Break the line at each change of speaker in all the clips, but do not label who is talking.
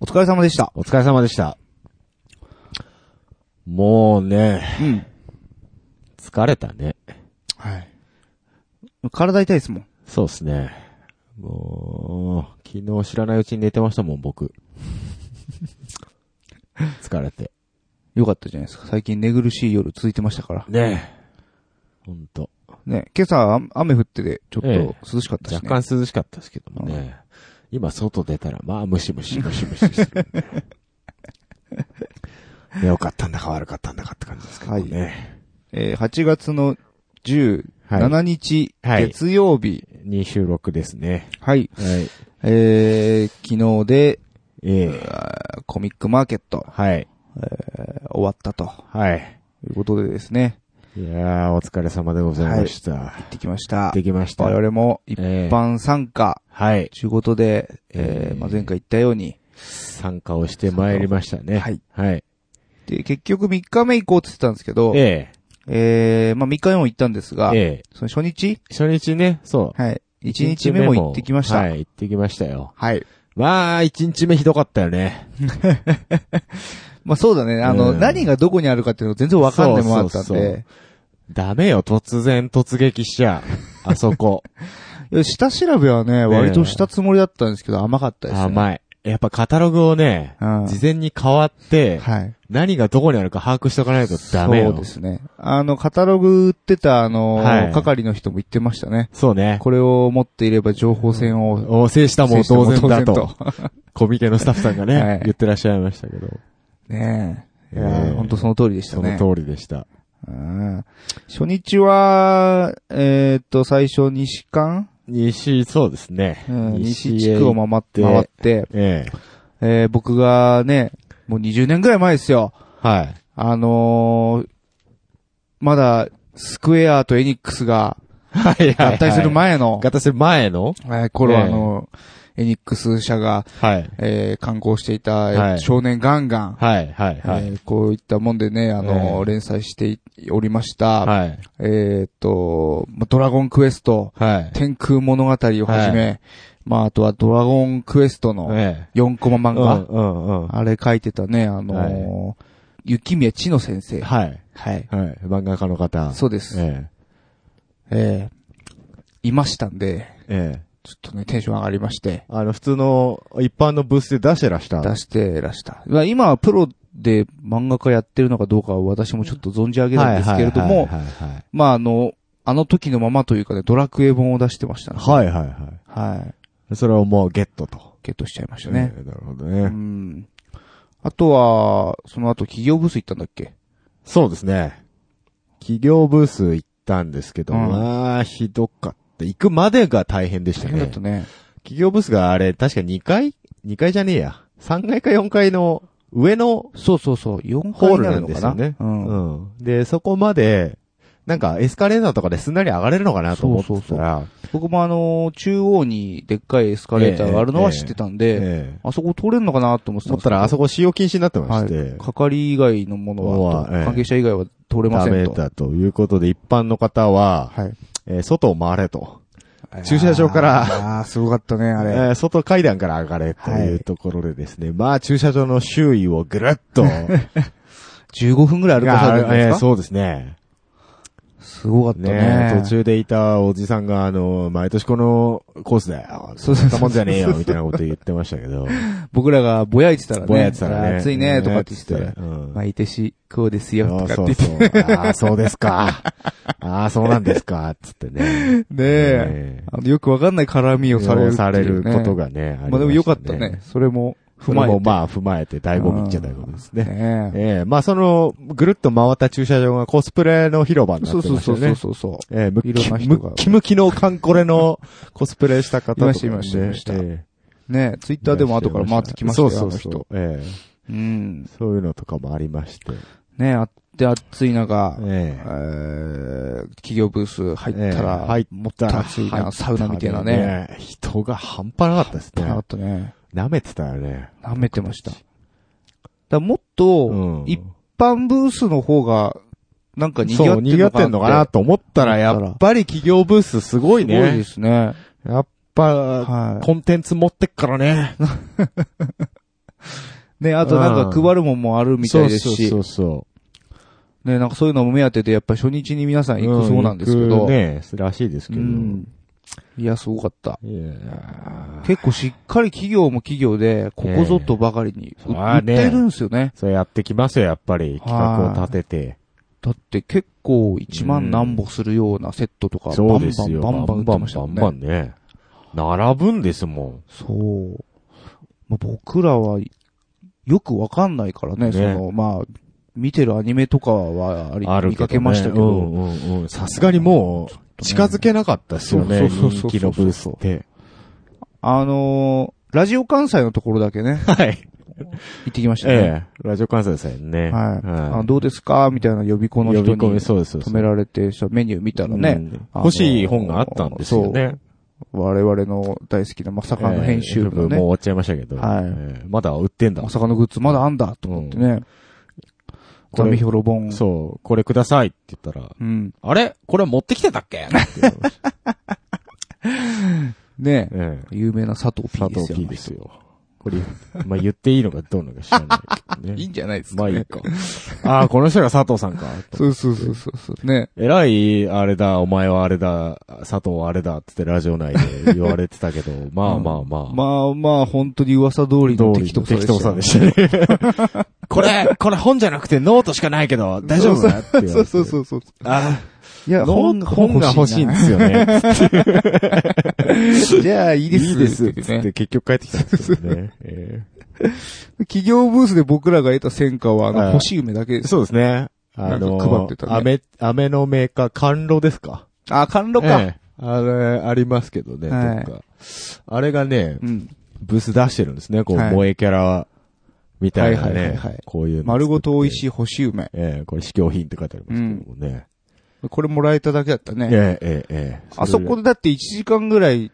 お疲れ様でした。
お疲れ様でした。もうね、
うん。
疲れたね。
はい。体痛いですもん。
そうですね。もう、昨日知らないうちに寝てましたもん、僕。 疲れて。
よかったじゃないですか。最近寝苦しい夜続いてましたから。
ねえ。ほんと。
ね、今朝あ雨降ってて、ちょっ
え
と涼しかったしね。
若干涼しかったですけどもね。今外出たら、まあ、ムシムシ、ムシムシする、 ね。良かったんだか悪かったんだかって感じですけどね。
えー8月の17日、
はい
月曜日。
2収録ですね。
はい。
はい。
えー、昨日で、
ええ
あーコミックマーケット、
はい。
えー終わったと
はい。
いうことでですね、
いやー、お疲れ様でございました。
行ってきました
で。きました。
我々も一
ええ
般参加、
はい。
ということで、え
え
ー
え
まあ、前回言ったように、
参加をしてまいりましたね。。
はいい。で、結局3日目行こうって言ってたんですけど、え
え
ーまあ3日目も行ったんですが
え、ええ
その初日
初日ね、そ
はい。
う。
1日目も行ってきました。
はい、行ってきましたよ。
はい。
まあ、一日目ひどかったよね。
まあそうだね。あの、
うん
何がどこにあるかっていうの全然わかんないもんあったんで。
そうそうダメよ、突然突撃しちゃう。 あそこ。
いや下調べはね、割としたつもりだったんですけど、甘かったですね。い。
甘い。やっぱカタログをね、
うん。
事前に変わって、
はい。
何がどこにあるか把握しとかないとダメ
そ
よ。
うですね。あの、カタログ売ってた、あの、
はい
係の人も言ってましたね。
そうね。
これを持っていれば情報戦を、
お制したも
制しても
同然だ
当
と、コミケのスタッフさんがね、
はい
言ってらっしゃいましたけど。
ねえ。いや
え
ー、
え
ほんとその通りでした
そ
ね。
の通りでした。
うん初日は、えーっと、最初西館、
西、そうですね。
うん西地
へ
区を回って、回って、
ええ。
えー僕がね、もう20年ぐらい前ですよ。
はい。
あのー、まだ、スクエアとエニックスが
はい
合体する。前の、
合体する前の
えー頃、
ええ
あの、エニックス社が、
はい。
えー観光していた、えー
はい
少年ガンガン、
はい、はい、は
え
い。
ーこういったもんでね、あのー
ええ
連載しておりました。
はい。
えーっと、まドラゴンクエスト、
はい。
天空物語をはじめ、まあ、あとはドラゴンクエストの
ええ。
4コマ漫
う
画、
ん、うん、うん。
あれ書いてたね、あのー
は
雪宮千乃先生。
はい。
はい。
はい。漫画家の方。
そうです。
え
ええいましたんで、
え。ええ。
ちょっとね、テンション上がりまして、
あの、普通の一般のブースで出してらした。
出してらした。まあ、今はプロで漫画家やってるのかどうかは私もちょっと存じ上げないんですけれども、
はい、はい。
まあ、あの、あの時のままというかね、ドラクエ本を出してましたね。
はい、はい、は
はい。
い。それをもうゲットと。
ゲットしちゃいましたね。
ええ。なるほど
う
ね。
ん。あとは、その後企業ブース行ったんだっけ
そうですね。企業ブース行ったんですけど、
うん
まあ、ひどかった。行くまでが大変でした
大変だ
ね
っ。たね。
企業ブースがあれ、確か2階 ?2 階じゃねえや。3階か4階の上の、
そうそうそう、4ホ
ホ
ー
ー
ル
ルな
なんの
で
か
す
な
よね。
うん。
うん。で、そこまで、なんかエスカレーターとかですんなり上がれるのかなと思ってたら、
僕もあのー中央にでっかいエスカレーターがあるのは知ってたんで、
ええ
あそこ通れんのかなと思ってたんで
思っ
すけ
た
ど
らあそこ使用禁止になってま
は
し
い
て、。
係以外のものは、
はええ
関係者以外は通れま
ダ
せ
メ
んと。
だということで一般の方は、
はい。
えー外を回れと。駐車場から
ああー、すごかったね、あ
え
れ。
ー外階段から上がれというところでですね、まあ駐車場の周囲をぐるっ と、
15分ぐらい歩かされたん
いや
で
えー
すか
そうですね。
すごかった
ね
ね。
途中でいたおじさんが、あの、毎年このコースだよ。
そうそ
そん
うそう
なもんじゃねえよ、みたいなこと言ってましたけど。
僕らがぼやいてたらね。
ぼやってたらね。
暑いね、とかって言ってたら。
うん
まあ、いてし、こうですよ、とかって言って。
そうそうああ、そうですか。ああ、そうなんですか。つってね。
ねえ。あのよくわかんない絡みをされるっていうね。
されることがね。
まあでもよかったね。それも
踏
踏
ま
ま
え
えて。
て。もまあ踏まえて、醍醐味っちゃ醍醐味ですね。
ねえ。
ええ、まあその、ぐるっと回った駐車場がコスプレの広場にな
そう
って
そ
ま
う
した
そ
よね
う。そうそう。
えー、ムッ
いろ
キ、
んな
ム
人が
ッキムキのカンコレのコスプレした方と
い
か、ね。
ましたいましたいました
えー
ねツイッターでも後から回ってきましたよ、
そうそう
あの人。
そう。え
うん
ー。そういうのとかもありまして。
ねあって暑い中、
え
え
ー
ー企業ブース入
え
った
ー
ら、
入ったら、
暑いな
入った
サウナみたいなね。
えー人が半端なかったです
なか
ね
っ。たね。
舐めてたよね。
舐めてました。だからもっと、
うん。
一般ブースの方が、なんか賑
そ
わ
う、
ってる
賑わってんのかな
って
と思ったら、やっぱり企業ブースすごい
すごいで
ね。
すね。
やっぱ、
はい。
コンテンツ持ってっからね。
ね、あとなんか
うん
配るもんもあるみたいですし
そ、うそうそ
ね、なんかそういうのも目当てで、やっぱ初日に皆さん
う。
行くそうなんですけ
行
ど
く、ねらしいですけ
う
ど。
ん。いや、すごかった。
いやー
結構しっかり企業も企業で、ここぞとばかりに
ええ
う
まあね
訴えるんですよね。
それやってきますよ、やっぱり。企画を立てて。
だって結構1万何歩するようなセットとか、バ
そう
ン
ですよ。
バンバンバン売ってました
バ
もん
ン
ね
バ。ンね。並ぶんですもん。
そう。まあ、僕らは、よくわかんないからね、
ね
その、まあ、見てるアニメとかはあり、
ある
見かけましたけど、
うんうんうんさすがにもう、近づけなかったですよね。
そうそうそうそう
人気のブースって。
あのーラジオ関西のところだけね、
はい。
行ってきましたね。
ええ。ラジオ関西さん
は
ね。
い、あ。
い。
どうですかみたいな呼び子の
呼
人
び込み、
に
そうです。
止められて、そうメニュー見たらね、
うん欲しい本があったんですよね。
我々の大好きなまさかの編集部
え
のね、
えもう終わっちゃいましたけど。
はい
ええまだ売ってんだ
ま。さかのグッズまだあんだと思ってね。
こ
ザ
れ
ミヒョロボン。
そう、これくださいって言ったら、
うん。
あれこれ持ってきてたっけって 言われました
ねえ
ええ
有名な佐藤 P
佐
です
藤
よ。
ピーですよ。これ、まあ、言っていいのかどうなのか知らないけどね。
いいんじゃないですか、
まあいい
ね。
か。ああ、この人が佐藤さんか。
そうそうそうそうそう。ね。
えらい、あれだ、お前はあれだ、佐藤はあれだってってラジオ内で言われてた けど、まあまあまあ。
まあまあ、本当に噂通りの適当さで
適
した
当
よ。
さでしたね。 これ、これ本じゃなくてノートしかないけど、大丈夫だって言われて。
そうそうそうそう。
あ
いや、
あ、本
本、
本が欲しいんで
な
すよね。
じゃあ、いいです。
いいですっ
って
つっ
ね
て結局帰ってきたんですけど ね。え
企業ブースで僕らが得た戦果は、あ
は
の、
い
欲しい梅だけで
え
す。
そうですね。あ
なん
の
か配ってたね
飴、飴のメーカー、甘露ですか
あ、甘露
え
か。
えあれ、ありますけどね、
はい
どっか。あれがね、
うん。
ブース出してるんですね、こう、
はい
萌えキャラ、みたいな
はいはいはい
ね
はい。
こういうの作って。
丸ごと美味しい
い。
欲しい梅。
ええこれ試供品って書いてありますけどもね。
これもらえただけだったね。
ええええええ
あそこでだって1時間ぐらい、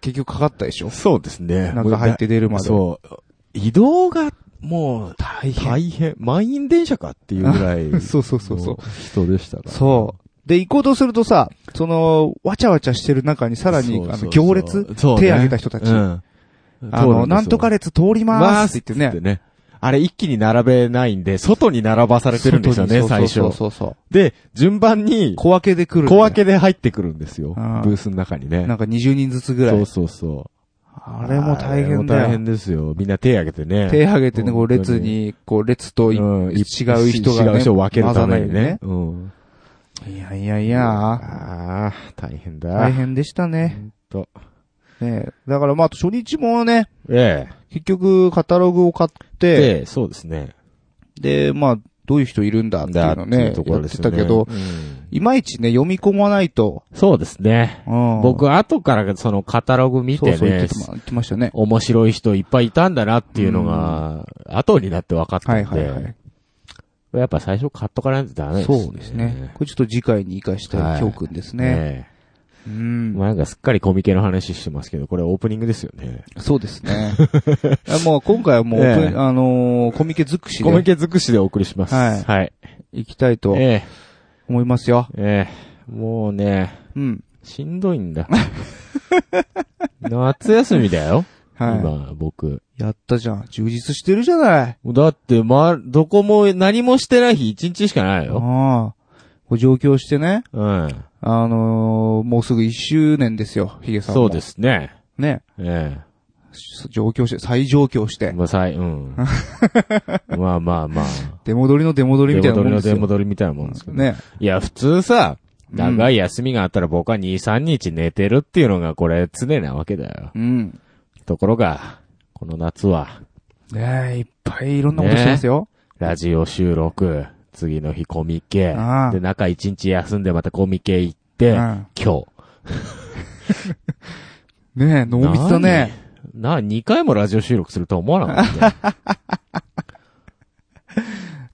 結局かかったでしょ
そうですね。
中入って出るまで。。
そう。移動が、もう、大変。大変。満員電車かっていうぐらい
そうそうそうそう。。
人でしたから。
そう。で、行こうとするとさ、その、わちゃわちゃしてる中にさらにあ
そ、うそ
の、
うそう
行列
そうね
手挙げた人たち
うん
あ
通るんですよ
の、なんとか列通りま
回
ーすって言ってね。
ね。あれ一気に並べないんで、外に並ばされてるんですよね、
外
最
にそう
初。
そうそうそう。
で、順番に、
小分けで来る。
小分けで入ってくるんですよ。ブ
ああ
ースの中にね
な。んか20人ずつぐら
そう
い。
そうそう。
あれも大変
あ
だ
れも大
よ
変。ですよ。みんな手挙げてね。
手挙げてね、こう
本当に
列に、こう列とい違
うん
う人がね。
違う人を分けるために
混ざらないよ
ね。うん。
うにね。いやいやい
い
や、
ああ、大変だ。
大変でしたね。
変。と。
ねだからまあ、初日もね、
え
結局カタログを買っ
え。
て、
で、そうですね。
で、まあ、どういう人いるんだっていうのね、
だってい
や
うところ
っ
です
て
ね
たけど、
うん
いまいちね、読み込まないと。
そうですね。
うん
僕は後からそのカタログ見て
そうそう言っ
ね
て、ま言ってましたね。
面白い人いっぱいいたんだなっていうのが、後になって分かった
は
ん
い
で、
はいはい。
やっぱ最初買っとかないとダメですね。
そうですね。これちょっと次回に活かしたい教訓ですね。
ね
う
え。
ん。
まあなんかすっかりコミケの話してますけど、これオープニングですよね。
そうです ね。あもう今回はもう、
ええ
あのーコミケ尽くし
コミ
で
ケ尽くしでお送りします。
はい
はい。
行きたいと
ええ。
思いますよ。
ええ。もうね、
うん。
しんどいん だ。夏休みだよ。
は
今、僕。
い。やったじゃん。充実してるじゃない。
だって、ま、どこも何もしてない日一日しかないよ。
ああ。こう上京してね、
うん。
あのーもうすぐ1周年ですよ、ヒゲさんも。
そうですね。
ね。
え
上京して、再上京し
え。
て、
まあ、さい、うん。 まあまあまあ。
出戻りの出戻りみたいなもんです
出戻りの出
よ。
戻りみたいなもんですけど。
ね。
いや、普通さ、
うん
長い休みがあったら僕は2、3日寝てるっていうのがこれ常なわけだよ。
うん。
ところが、この夏は、
ねえ、いっぱいいろんなことしてますよ。
ラジオ収録、次の日コミケ
ああ、
で、中1日休んでまたコミケ行って、
うん
今日。
ねえ、濃密だね。
なあ、2回もラジオ収録するとは思わなかったよ。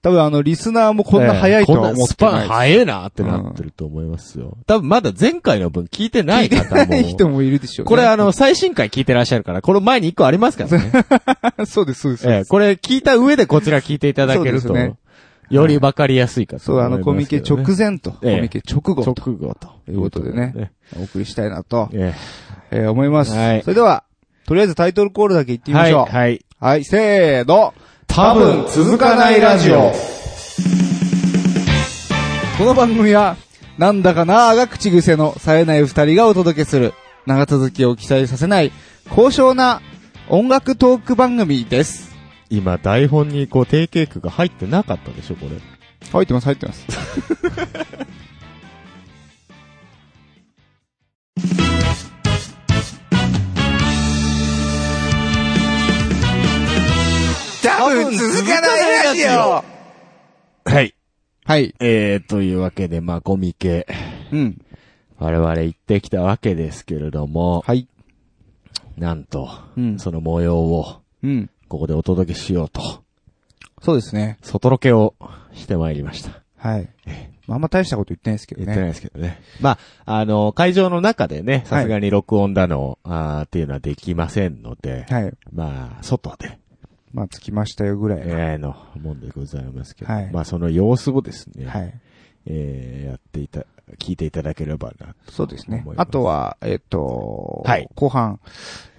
多分あの、リスナーも こんな早いとは思って
こんな
ない。
スパン早いなってなってると思いますよ。多分まだ前回の分聞いてない方
早い人
も。
もいるでしょうね。
これあの、最新回聞いてらっしゃるから、この前に1個あります から ね。
そうです、そうです。
ええこれ聞いた上でこちら聞いていただける
そう
と、
ですね
よりわかりやすいかと
そう、
思
あ
います
の、
けどね、
コミケ直前と、コ
ええ
ミケ直後と、
直後と。
ということでね、お送りしたいなと、
え
えー思います。
はい
それでは、とりあえずタイトルコールだけ言ってみましょう。
はい。
はい、せーの。
多分続かないラジオ。
この番組は、なんだかなーが口癖の冴えない二人がお届けする、長続きを期待させない、高尚な音楽トーク番組です。
今、台本にこう、定型句が入ってなかったでしょ、これ。
入ってます、入ってます。多分続かないラジオ
はい。
はい。
えー、というわけで、まあ、コミケ、
うん。
我々行ってきたわけですけれども、
はい。
なんと、
うん。
その模様を、
うん。
ここでお届けしようと、
そうですね。
外ロケをしてまいりました。
はい。まああんま大したこと言ってないですけど
言ってない
ね。
ですけどね。まあ、あの、会場の中でね、さすがに録音だの、あーっていうのはできませんので、
はい。
まあ、外で、
まあ、着きましたよぐらいの。
えー、のもんでございますけど、
はい
まあ、その様子をですね、
はい。
えー、やっていた、聞いていただければな。
そうですね
思い。ます
あとは、えっと
はい、
後半、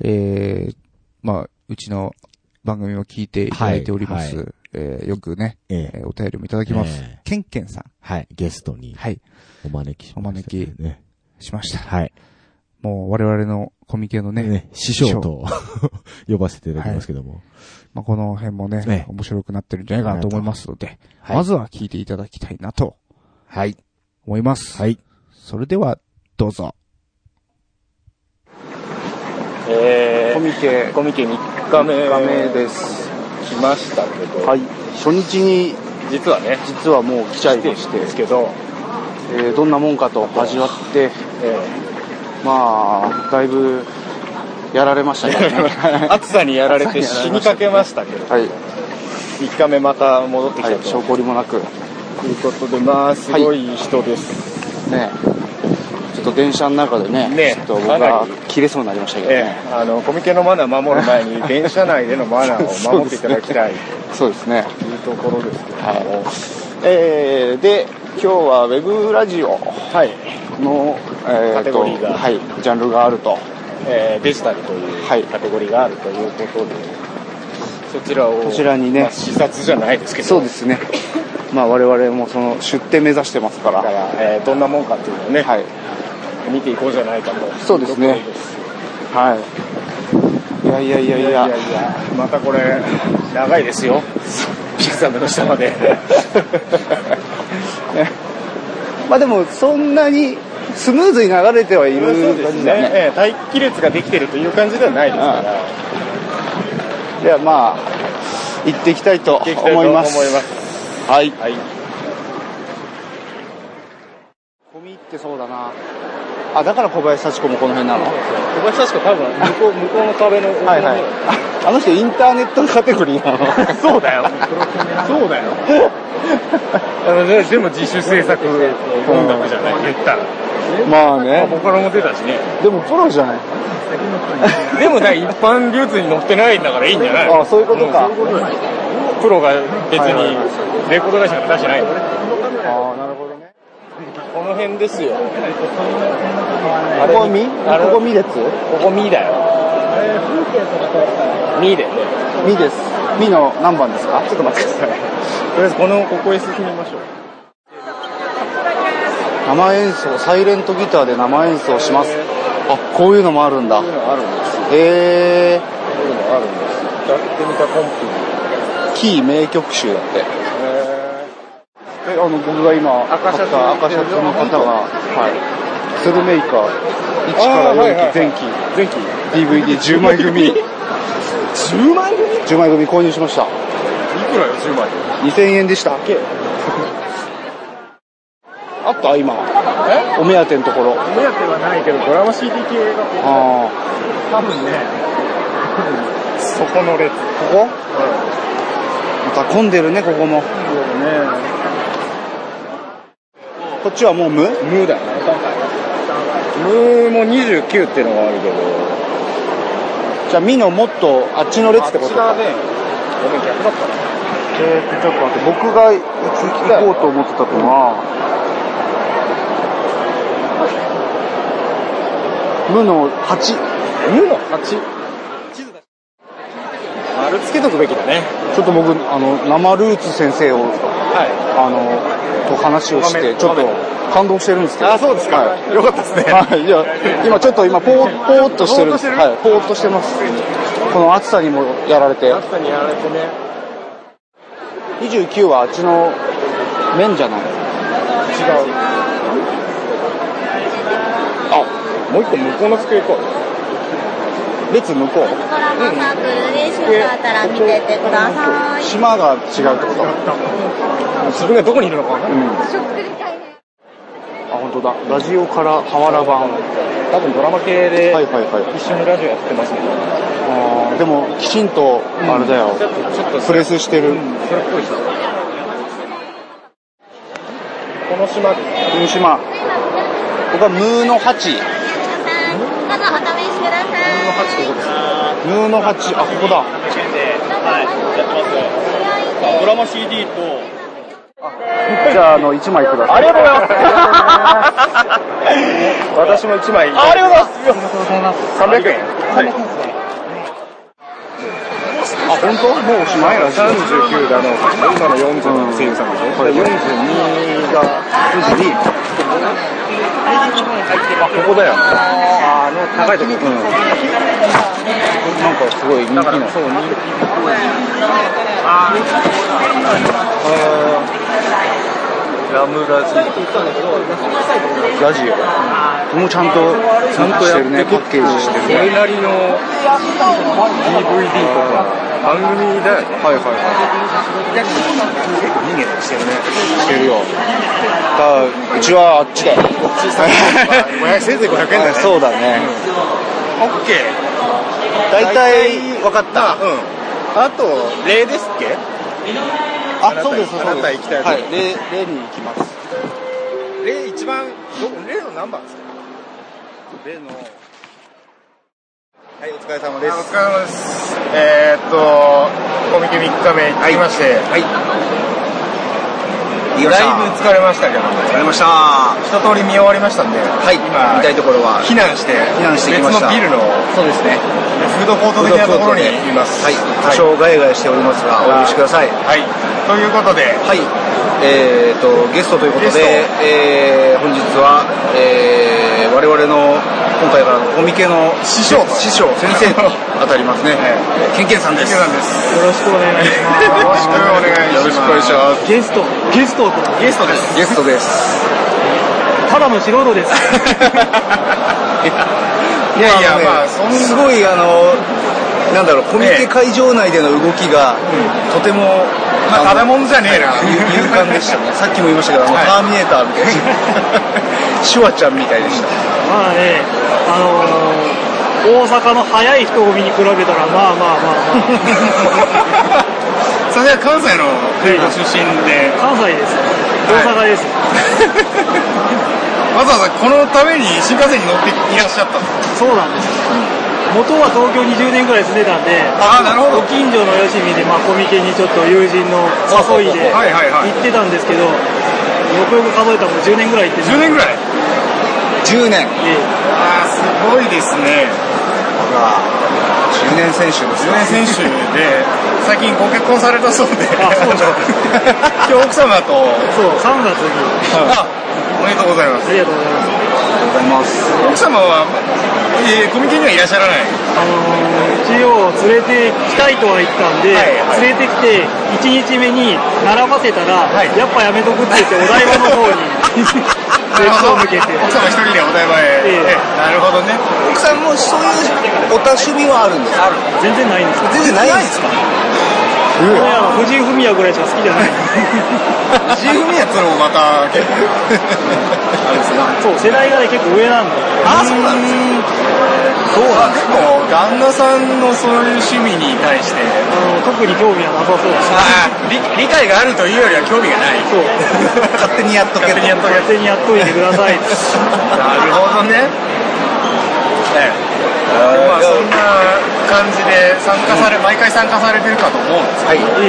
えーまあ、うちの番組を聞いていただいておりま
はいは
す。えーよくね、
え
えーお便りもいただきま
え
す
え。
ケンケンさん。
はい、ゲストに
はい。
お招きしました、ね。
おしました。
はい。
もう我々のコミケのね、
ね、師匠と 呼ばせていただきますけども。
まあ、この辺も
え
ね
え、
面白くなってるんじゃないかなと思いますので、
はい
まずは聞いていただきたいなと
はい。
思います。
はい。
それでは、どうぞ。
え
コミケ
ー、コミケ3日目
画面です。
来ましたけど、
はい。初日に
実はね、
実はもう来ちゃいまし
で
て、
すけど、
えーどんなもんかと味わって、
え
まあ、だいぶやられましたけどね。
ー暑さにやられて
暑さ
死
にやられま
に
した
かけましたけど、
はい。
3日目また戻ってき
はい。
た
証
と
拠りもなく、
いうことで、まあ、すごい人です。
ね。ちょっと電車の中でね、
ね
ちょっと僕
かな
が
り
切れそうになりましたけど
え
ね。
ーあの、コミケのマナー守る前に、電車内でのマナーを守っていただきたい
そうですね。
というところですけども、
はえーで、今日はウェブラジオ
はい、
の、えー
カテゴリーが
はい、ジャンルがあると。
えーデジタルという
はい
カテゴリーがあるということで、そちらを、
こちらにね
まあ視察じゃないですけど、
そうですね。まあ、我々もその出店目指してますから。
だから、えーどんなもんかっていうのをね、
はい。
見ていこうじゃないかと
そうですねはい。いやいやいや
い
い
や
や
いやいやまたこれ長いですよピザの下まで
まあでもそんなにスムーズに流れてはいる
そうで
感
す
じ
ね
だね。
ええ待機列ができてるという感じではないですから
ではまあ、行っていきたいと
できたいと
思います。
思いま
はい。
はい
込み入ってそうだな。あ、だから小林幸子もこの辺なの。は
小林幸子多分向こう向こうの壁の
いはい。ああの人インターネットのカテゴリーな の。
そうだよそうだよあのねでも自主制作音楽じゃない言ったら
まあね。
ボカロも出たしね
でもプロじゃない。
でもね一般流通に乗ってないんだからいいんじゃない
あ、そういうことか。
プロが別にレコード会社から出してないの
ああ、なるほどね。
この辺ですよ。あ
ここはみここみです
ここみだよ。みだよね。
みです。みの何番ですかちょっと待ってください。
とりあえずこの、ここへ進みましょう。
生演奏サイレントギターで生演奏しますあこういうのもあるんだ
こういうのあるんです。
へえ
こういうのあるんです。やってみたコン
キー名曲集だって
ピ
えあの僕が今
赤シャツ
買った赤シャツの方がはいセルメーカー1から
あーはいはい
4期前期
ー。前期。
DVD10 枚組
10万組い
10枚組購入しました
くらよ、10万
2000円でした
け
あった今
え
お目当てのところ
目当てはないけど、ドラマ CD 系が、
ああ
多分ね、そこの列。
ここまた混んでるねここもこっちはもう無
ムーだね。ムーも29ってのがあるけど、
じゃあミのもっとあっちの列ってことか
ね、ごめん、逆だったな。
えーと、ちょっと待って、僕が行こうと思ってたのは、無の8。
ムの8。
あ
あれつけとくべきだね。
ちょっと僕、あの、生ルーツ先生を、
は
あの、と話をして、ちょっと感動してるんですけど。
あそうですか
はい
よかったですね
はい、いや、今ちょっと今、ぽー、ぽーっとしてるんです。
ぽーっとしてる
はい、ぽーっとしてます。この暑さにもやられて
い。。暑さにやられてね。
29はあっちの面じゃない
違う。あ、もう一個向こうの机行こう。
列向こう
コラボサークルですよかったら見てってください。
島が違うってことあ
自分がどこにいるのかわかんない。
本当だラジオから河原版は
多分ドラマ系
い
で
はいはい
一緒にラジオやってますね。
あーでもきちんとあれだよ、
ちょっと
プレスしてる、
それっぽい人。この島ですね。
この島僕はムーの8
どうぞお試しください。
ムーの8あここだ
ドラマ CD と、
じゃああの1枚ください
りがとうございます。私も一枚。ありがとうございます。三百円。はい。
あ本当もうおしまいラジオ
三十九だの、今の四十の声優さんでしょ。これ四十二が二。あここだよ。
あの高いとこ、うん、なんかすごい人気なの
そう人ラムラジ。
ラジオもうちゃんとちゃんとやってねパッケージしてる
それなりの DVD とか番組だよねはいはいはいいいねしてるね
してるよだからうちはあっちだよ
500せいぜい500円だね
そうだね、
オッケー
大体分かった
うんあと例ですっけ
あそうですそうです
あなた行きたい
はい例例に行きます
例一番ど例の何番ですか例の
はいお疲れ様
お疲れ様です。えー、っと、コミケ3日目行きまして、はい。
きました
だいぶ疲れましたけど、
疲れましたは
一通り見終わりましたんで、はい今、
見たいところは
避難して、
避難してきました
別のビルの
そうですね
フードコート的なところにいます。
はい多少ガヤガヤしておりますがお許しくださいは
はい。ということで、
いえーとゲストということ
ゲスト
で、えー本日は、えー我々の今回からのコミケの
師匠
師匠先生 に当たりますねケンケンさんです
池さんです。
よろしくお願いします。
よろしくお願いします。
よろしくお願いしま
ゲスト、ゲストと、
ゲストです。
ゲストです
ただの素人です。
いやいや、まあ、そん
すごいあのなんだろうコミケ会場内での動きが、とても、
な、ただもんじゃねえな。
ゆ 勇敢でしたねさっきも言いましたけどあの、
はい
ターミネーターみたい なシュワちゃんみたいでした
まあね、あのー、大阪の早い人混みに比べたら、まあまあまあまあ、
さすが関西のご出身で、
関西です。大 阪です。
わざわざこのために新幹線に乗っていらっしゃったんです
そうなんです。元は東京20年ぐらい住んでたんで、
あなるほど
お近所の吉見で、まあ、コミケにちょっと友人の誘いで
はいはいはい
行ってたんですけど、よくよく数えたらもう10年ぐらい行ってしま
10
う
年ぐら
10年
い
ええ
ああすごいですね
10年選手です
10年選手で最近ご結婚されたそうで
あそうだ
今日奥様と、
そう、3月に。
あおめでとうございます
ありがとうございます。
ありがとうございます
奥様は、えーコミケにはいらっしゃらない
あのー、一応連れてきたいとは言ったんで、
はいはい
連れてきて1日目に並ばせたら、
はい
やっぱやめとくって言ってお台場の方 にベッドを向けて
奥様一人でお台場へ、
ええ
えなるほどね
奥さんもそういうおた趣味はあるんですか
全然ないんですよ
全然ないんですか
俺らは藤井フミヤぐらいしか好きじゃ ない
藤井フミヤつのもまた結構あれですね
そう世代がね結構上なんで
あそうなんですかそうなんです結構旦那さんのそういう趣味に対して
あの特に興味はなさそうだし
ああ理理解があるというよりは興味がない
そう
勝手にやっとけ
勝手にやっとけ
勝手にやっといてくだ さい
なるほどね。ええ。まあそんな感じで参加され、毎回参加されてるかと思うんです
はい
いい
けど、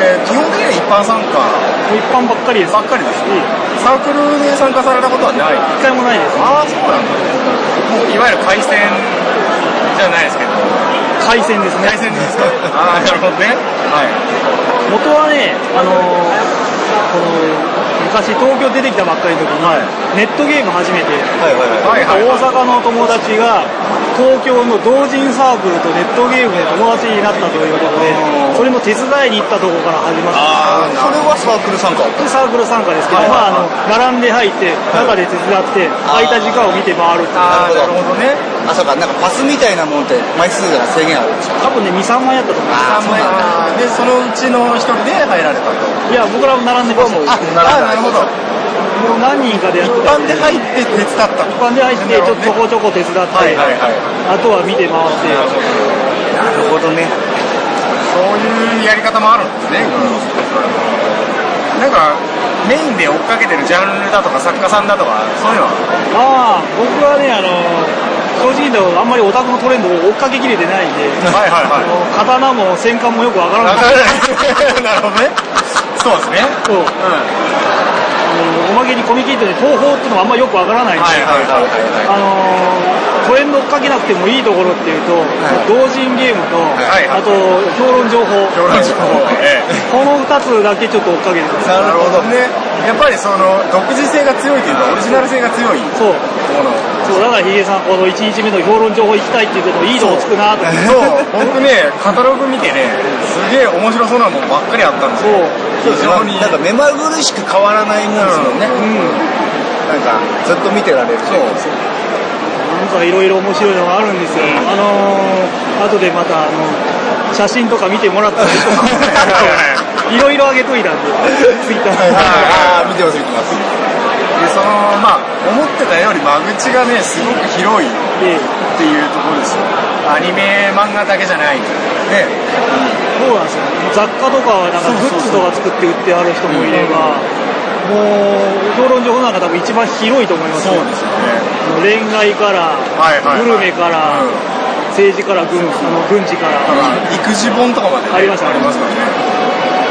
ええ基本的には一般参加
一般ばっかりです
ばっかりです。
いい
サークルで参加されたことはない。
一回もないです
ああ、そうなんだ。もういわゆる回線じゃないですけど。
回線ですね
対戦ですかああ、なるほどね。はい。
元はねあのこの昔東京出てきたばっかりの時に、ネットゲーム初めて、
はいはいはい。
大阪の友達が東京の同人サークルとネットゲームで友達になったということでそれの手伝いに行ったところから始まった
ああ、それはサークル参加。
サークル参加ですけど、
はい
まあ、あの並んで入って中で手伝って空いた時間を見て回るっていう
ああ、なるほどね。
あ、そうか、なんかパスみたいなもんって枚数が制限あるんでしょ
多分ね23枚やったと思う
ああ、で、そのうちの一人で入られたと。
いや僕らも並んでましたもう
ああ、なるほど。
何人かでやっ
一
て
般で入って手伝ったと。
一般で入ってちょっとちょこちょこ手伝って、
はいはいはい。
あとは見て回って
なるほどね。
そういうやり方もあるんですね、なんか、メインで追っかけてるジャンルだとか、作家さんだとか、そういうのは。
まあ僕はねあの正直言うとあんまりオタクのトレンドを追っかけきれてないんで
はいはいは
あの刀も戦艦もよくわから
わ
な
か
い
らない。なるほどね。そうですね。
そ
うん。
う
は
あのおまけにコミケットで東宝ってのがあんまよくわからな
い
いんで、
はいはいはい。
あのートレンド追っかけなくてもいいところっていうと、同人ゲームと、
はい
あと評論情報
評論情報。ええ
この2つだけちょっと追っかけてます
なるほどね。やっぱりその、独自性が強いというか、オリジナル性が強いも
そう
の。
そうだからヒゲさんこの1日目の評論情報行きたいっていうこといいとこつくなと思って
そう、僕ね、カタログ見てね、すげえ面白そうなものばっかりあったんです
そ
よ。
そうで
う
すね
非常に
なんか目まぐるしく変わらないもんですもんね。なんか、ずっと見てられる。そう。
なんかいろいろ面白いのがあるんですよ、あのー、後でまたあの写真とか見てもらったりとかいろいろあげといたんでツイッターに
ああ、見てます、見てます。
でそのまあ思ってたより間口がねすごく広いっ
で
ていうところですよアニメ漫画だけじゃないね
そうなんですよ雑貨とかなんかグッズとか作って売ってある人もいればもう評論情報なんか多分一番広いと思いますよ
すよね
あの恋愛から、
はいはいはい
グルメから、
うん
政治から軍あの軍事から、
育児本とかまで、ね、
ありました
ありますからね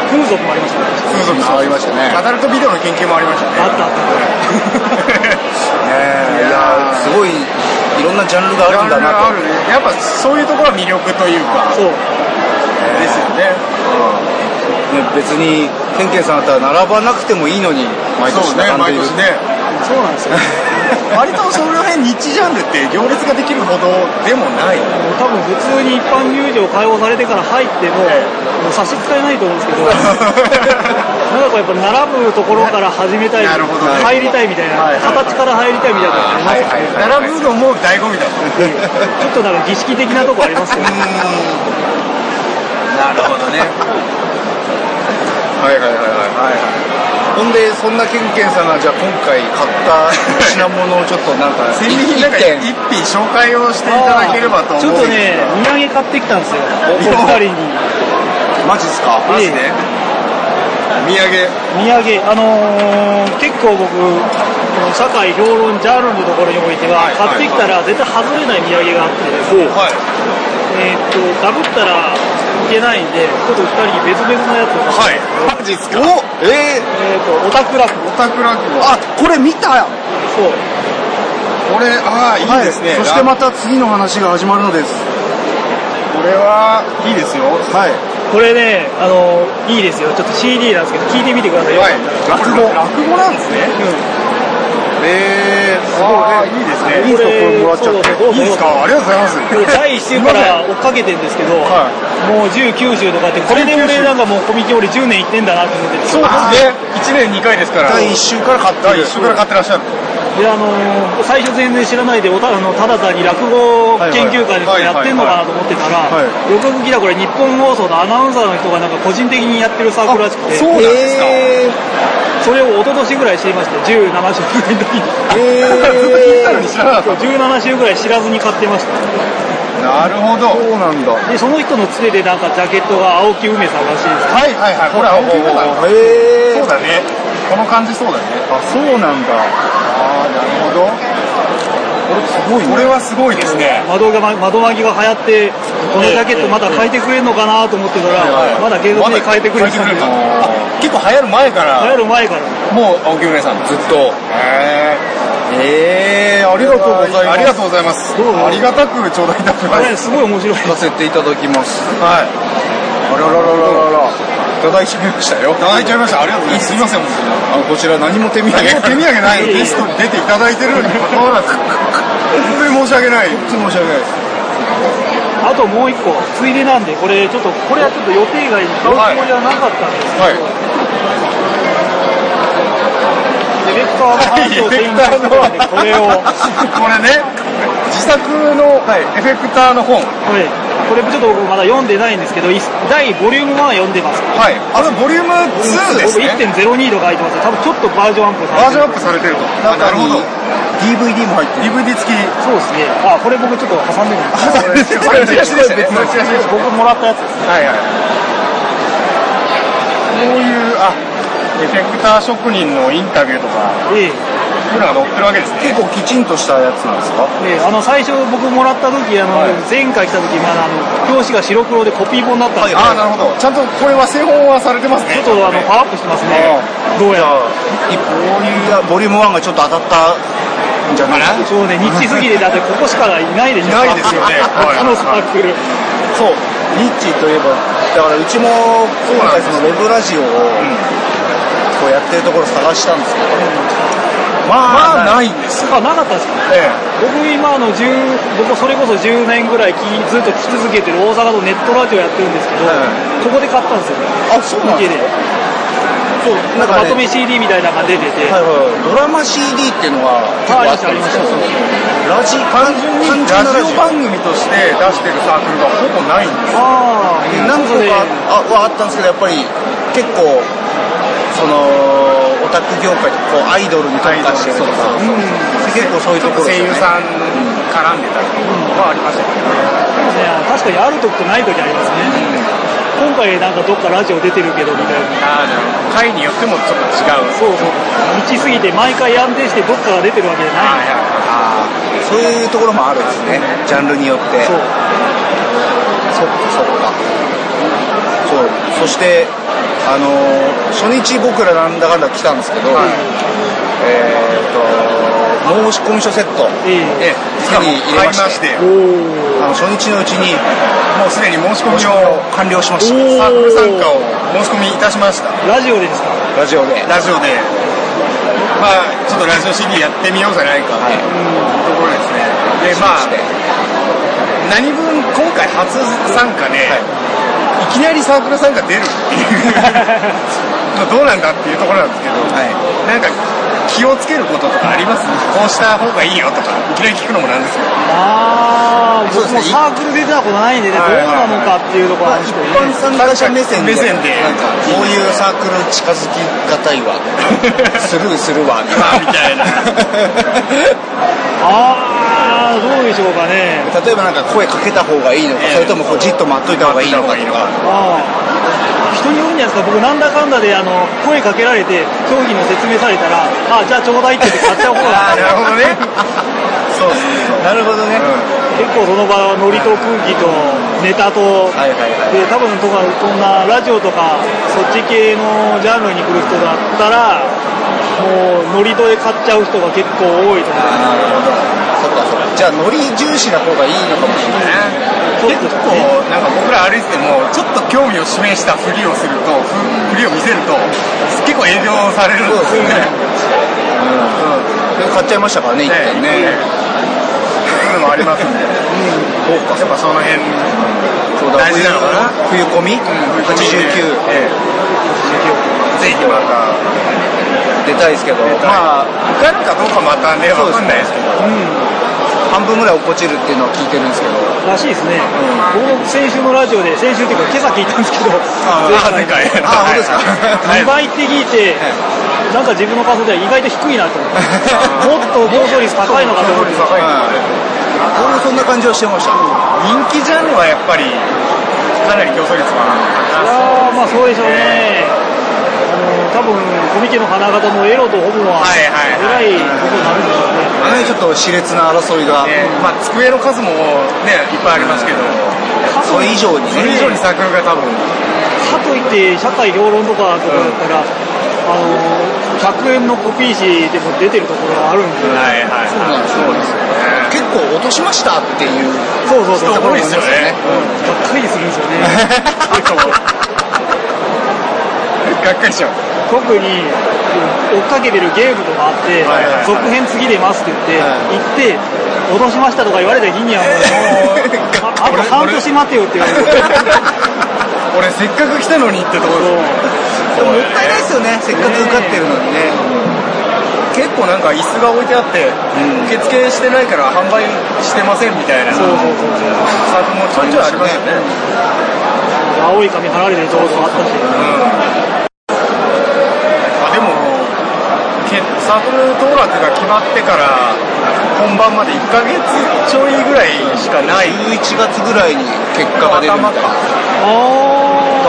風俗もありましたね
風俗ありましたねアダルトビデオの研究もありましたね
あったあった
い
ね
やーすごい、いろんなジャンルがあるんだな
あるやっぱそういうところは魅力というか
そう
ですよね
と。ね別に、ケンケンさんだったら並ばなくてもいいのに、毎
そう
年
ね
並
毎
んでいる。
年ね
そうなんですよ
割とその辺ニッチジャンルって行列ができるほどでもない
もう多分普通に一般入場解放されてから入っても,、もう差し支えないと思うんです けどなんかこうやっぱ並ぶところから始めたい
なるほどね
入りたいみたいな、
はいはいはい
形から入りたいみたいなのがありますよね
並ぶのも醍醐味だ もん
ちょっとなんか儀式的なとこありますよね
なるほどね。はいはいはいはい。
ほんで、そんなケンケンさんが、じゃあ今回買った品物をちょっとなんか、
戦利品なんか
一点
一品紹介をしていただければ と思う。
ちょっとね土産買ってきたんですよお二人に
マジっすか
マジで。土産。
土産、あのー結構僕、この社会評論ジャンルのところにおいては、
はい
買ってきたら絶対外れない土産があって、
はい。
えーっと、ダブったらいけないんで、ちょっと二人に別々のやつを、
はい。マジっすか。お、ええ
えーっと、オタクラク
オタクラク
あ、これ見た
そう、
これああいいですね。
そしてまた次の話が始まるのです。
これはいいですよ。はい。
これね、あのーいいですよ、ちょっと CD なんですけど、聞いてみてくださいよ、
はい。落語。落語なんですね。ええすごいね。いいですね。
これ、そうそうどうぞ
いいですか。ありがとうございます。
これ第1週から追っかけてるんですけど、もう19週とかって、これで俺なんかもうコミケ俺10年行ってんだなって思って、
そうですね。一年二回ですから。
第1週から買って
第
る
一。週から買ってらっしゃる。
であのー最初全然知らないでおたあのただ単に落語研究会で
はいはい
やってんのかなと思ってたら、
はいはい
よくよく聞いたらこれ日本放送のアナウンサーの人がなんか個人的にやってるサークルらしくて
そうなんですか。
それを一昨年ぐらい知りまして17週ぐらいの時に
聞いたの に知らなかった
17週ぐらい知らずに買ってました
なるほど。そうなんだ。は
でその人のつてでなんかジャケットが青木梅さんらしい
い
です
はいはい。これ青木だな。
へ
そうだね。この感じそうだね。あ、そうなんだ。ああ、なるほど。これすごい、これはすごいですね。
窓が窓巻きが流行ってこのジャケットまだ変えてくれるのかなと思ってたらまだ継続で変えてくれ
ま
てた
だ
ん
変え
で
てくれるかあ結構流行る前か
流
ら、
行る前から
もう青木梅さんずっと。へえ。
ええありがとうございます。
ありがとうございます。
どうも
ありがたく頂戴いたし
あ
ま
れ、
す。
すごい面白い。
させていただきます。
はい。
あらららららら。いただいちゃいましたよ。
いただいちゃいました。ありがとうございます。すいません、本当に。
あのこちら何も手土産。
何も手土 産ないのゲストに出ていただいてるのにもかかわらず本当に申し訳ない本当に申し訳ないです
あともう一個、ついでなんで、これ、ちょっと、これはちょっと予定外に買うつもりはなかったんです
はい
けど、ディレクターの話を全員聞いて、こ
こ
れを、
れね自作のエフェクターの本は
これ、これちょっと僕まだ読んでないんですけど、い第ボリューム1読んでます。
いあのボリューム2です
僕
ね
1.02とか書いてます多分ちょっとバージョンアップさ
バー
れ
ジョンアップされてるとあなるほど
DVD も入ってる。
DVD 付き
そうですね。あ、これ僕ちょっと挟んでるんです
あれチラシでしたねそれチラシでした
僕もらったやつです。
はいはいこういうあエフェクター職人のインタビューとか
ええ
そういうのが載ってるわけですね
結構きちんとしたやつなんですか。
ええあの、最初僕もらった時、あの、前回来た時、まだあの、表紙が白黒でコピー本だったんですけど、
ああなるほどちゃんとこれは製本はされてますね
ちょっとあの、パワーアップしてますね。どうや
い
ら。
こういうボリューム1がちょっと当たったんじゃないかな。
そうね、日すぎでだってここしかいないでし
い
ょ。
ないです よねはい
あのサークル。
そう。ニッチといえば、だからうちも今回そのウェブラジオをこうやってるところ探したんですけど、まあないんですよ。
あ、なかったですか
ええ
僕今あの10僕それこそ10年ぐらいきずっと聞き続けてる大阪のネットラジオやってるんですけど、ここで買ったんですよ
あ、そうなん
家
で
です
か。そう、な
なん
か
んかまと
ね、
め CD みたいなのが出てて、
はいはい、ドラマ CD っていうのが結構あったんですよ
あありまし
ラジ単純にラ
ラ
たありましたそう
ジ
ジオ
オ番
番組
組として出してるサークルがほぼないんです
ああ
何個かあはあったんですけどやっぱり結構そのオタク業界とかこうアイドルに特化してるとか
アイドル
結構そういう
ちょ
ところ
っ
で
と
すよね
声優さん絡んでたりはありましたけどね
確かにある時とない時ありますね、今回なんかどっかラジオ出てるけどみたいな
ああなるほど回によってもちょっと違う
そうそう道すぎて毎回安定してどっかが出てるわけじゃ
は
ないい
は
あーそういうところもあるんですねジャンルによって
そう
そっかそっかそうそしてあのー初日僕らなんだかんだ来たんですけど、えーっと申し込み書セット
ええ
いえしかも買いまして
おお
あの初日のうちに
もうすでに申し込み
申し込み
を
を完了しまし
おー
た
サークル参加を申し込みいたしました
ラジオでですか
ラジオで
ラジオでまあちょっとラジオ CD やってみようじゃないかと
はい
いうところですねでまあ何分今回初参加で、い、きなりサークル参加出るっていう まあどうなんだっていうところなんですけど、
は
なんか気をつけることとかありますこうした方がいいよとかいきなり聞くのもなんですけど
ああ
そうで
僕
す
も
ね
サークル出たことないんでねどう
はいはいはい
なのかっていうところはあるんですけど
一般
ね
参加者目線で
目線で
なんかこういうサークル近づきがたい わスルーするわみ
まあみたいな
ああどうでしょうかね
例えばなんか声かけた方がいいのか、
ええ
それともこうじっと待っといた方がいいのかとか
ああ人によるんじゃないですか僕なんだかんだであの声かけられて商品の説明されたらああじゃあちょうだいって言って買っちゃう方
あ
が
ーなるほどねそうですね
なるほどね、
結構その場はノリと空気とネタと、
はいはいはい
で多分とかそんなラジオとかそっち系のジャンルに来る人だったらもうノリとで買っちゃう人が結構多いと
あなる
思う
ほどそっかそっかじゃあノリ重視な方がいいのかもしれない
そう
結
です
構
ね
なんか僕ら歩いててもちょっと興味を示したふりをするとふふりを見せると結構営業されるんですよね
で買っちゃいましたからね一点ね
ねそういうのもありますんで、やっぱその辺、
そう
大事なのかな
冬コミ、89
89、ええぜひまた、
出たいですけどまあ
まあ、受かるかどうかまたね、わかんないですけど、
半分ぐらい落っこちるっていうのは聞いてるんですけど
らしいですね、僕も先週のラジオで先週っていうか今朝聞いたんですけど
ああ、前
前回
回、
あ本当ですか
2倍って聞いて、なんか自分の感想では意外と低いなと 思って、もっと放送率高いのかと思って、
高い
俺もそんな感じはしてました
人気ジャンルはやっぱり、かなり競争率
い
は
やーまあそうでしょうね、あの多分コミケの花形もエロとホモは、
はいはいはい
えらいことになるんでしょうね。
あれちょっと熾烈な争いが、
高い、ねまあ、机の数もね、いっぱいありますけど、
それ以上に
それ以上にサークルが多分、
かといって社会評論とかとかだったら、あの100円のコピー誌でも出てるところがあるんで、
はいはい
そうなんですよ結構落としましたっていう
そうそうそう
人多いですよね
うんがっかりするんですよね
がっかりしちゃう。
特にうん追っかけてるゲームとかあって、
はいはいはい
続編次出ますって言って、行って落としましたとか言われた日にはもう ああと半年待てよって言われて
俺せっかく来たのにってところです
でももったいないですよねせっかく受かってるのにね
結構なんか椅子が置いてあって、受付してないから販売してませんみたいなサー
そうそうそうそう
ブもちょいちょいありますよね
青い髪貼られてるところとかあったし
あでもけサークル登録が決まってから本番まで1ヶ月ちょいぐらいしかない
11月ぐらいに結果が出るみたいなだか
あ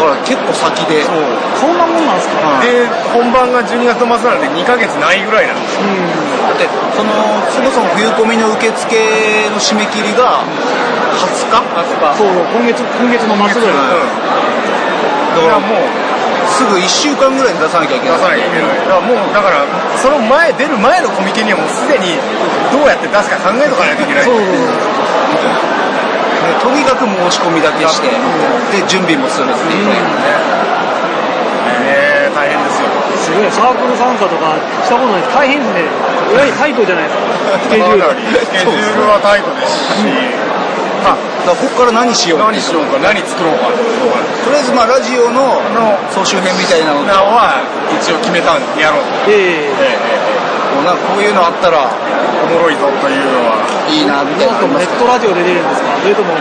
ら結構先で
そう
あそんなもんなんすか
で本番が12月末なんで2ヶ月ないぐらいなんですよ
だってそのそもそも冬込みの受付の締め切りが20日20
そうそう今月今月の末ぐらい
うん
だからもう
すぐ1週間ぐらいで出さなきゃいけ
出
ない
さなきゃいけないだからもうだからその前出る前のコミケにはもうすでにどうやって出すか考えとかないといけない
そうそうそう
とにかく申し込みだけしてで準備もするっていうね
ねえ大変ですよ
すごいサークル参加とかしたことないです大変ですねえらいタイトじゃないです かスケジュール
かなりスケジュールはタイトですし、まあ、
だからここから何しよう
何しようか何作ろうかの
とりあえずまあラジオの総集編みたいなの
の
と
は一応決めたんやろうと、
ええ
なんかこういうのあったら
おもろいぞというのはい
いなみたい
なん
な
かネットラジオで出るんですかそれとも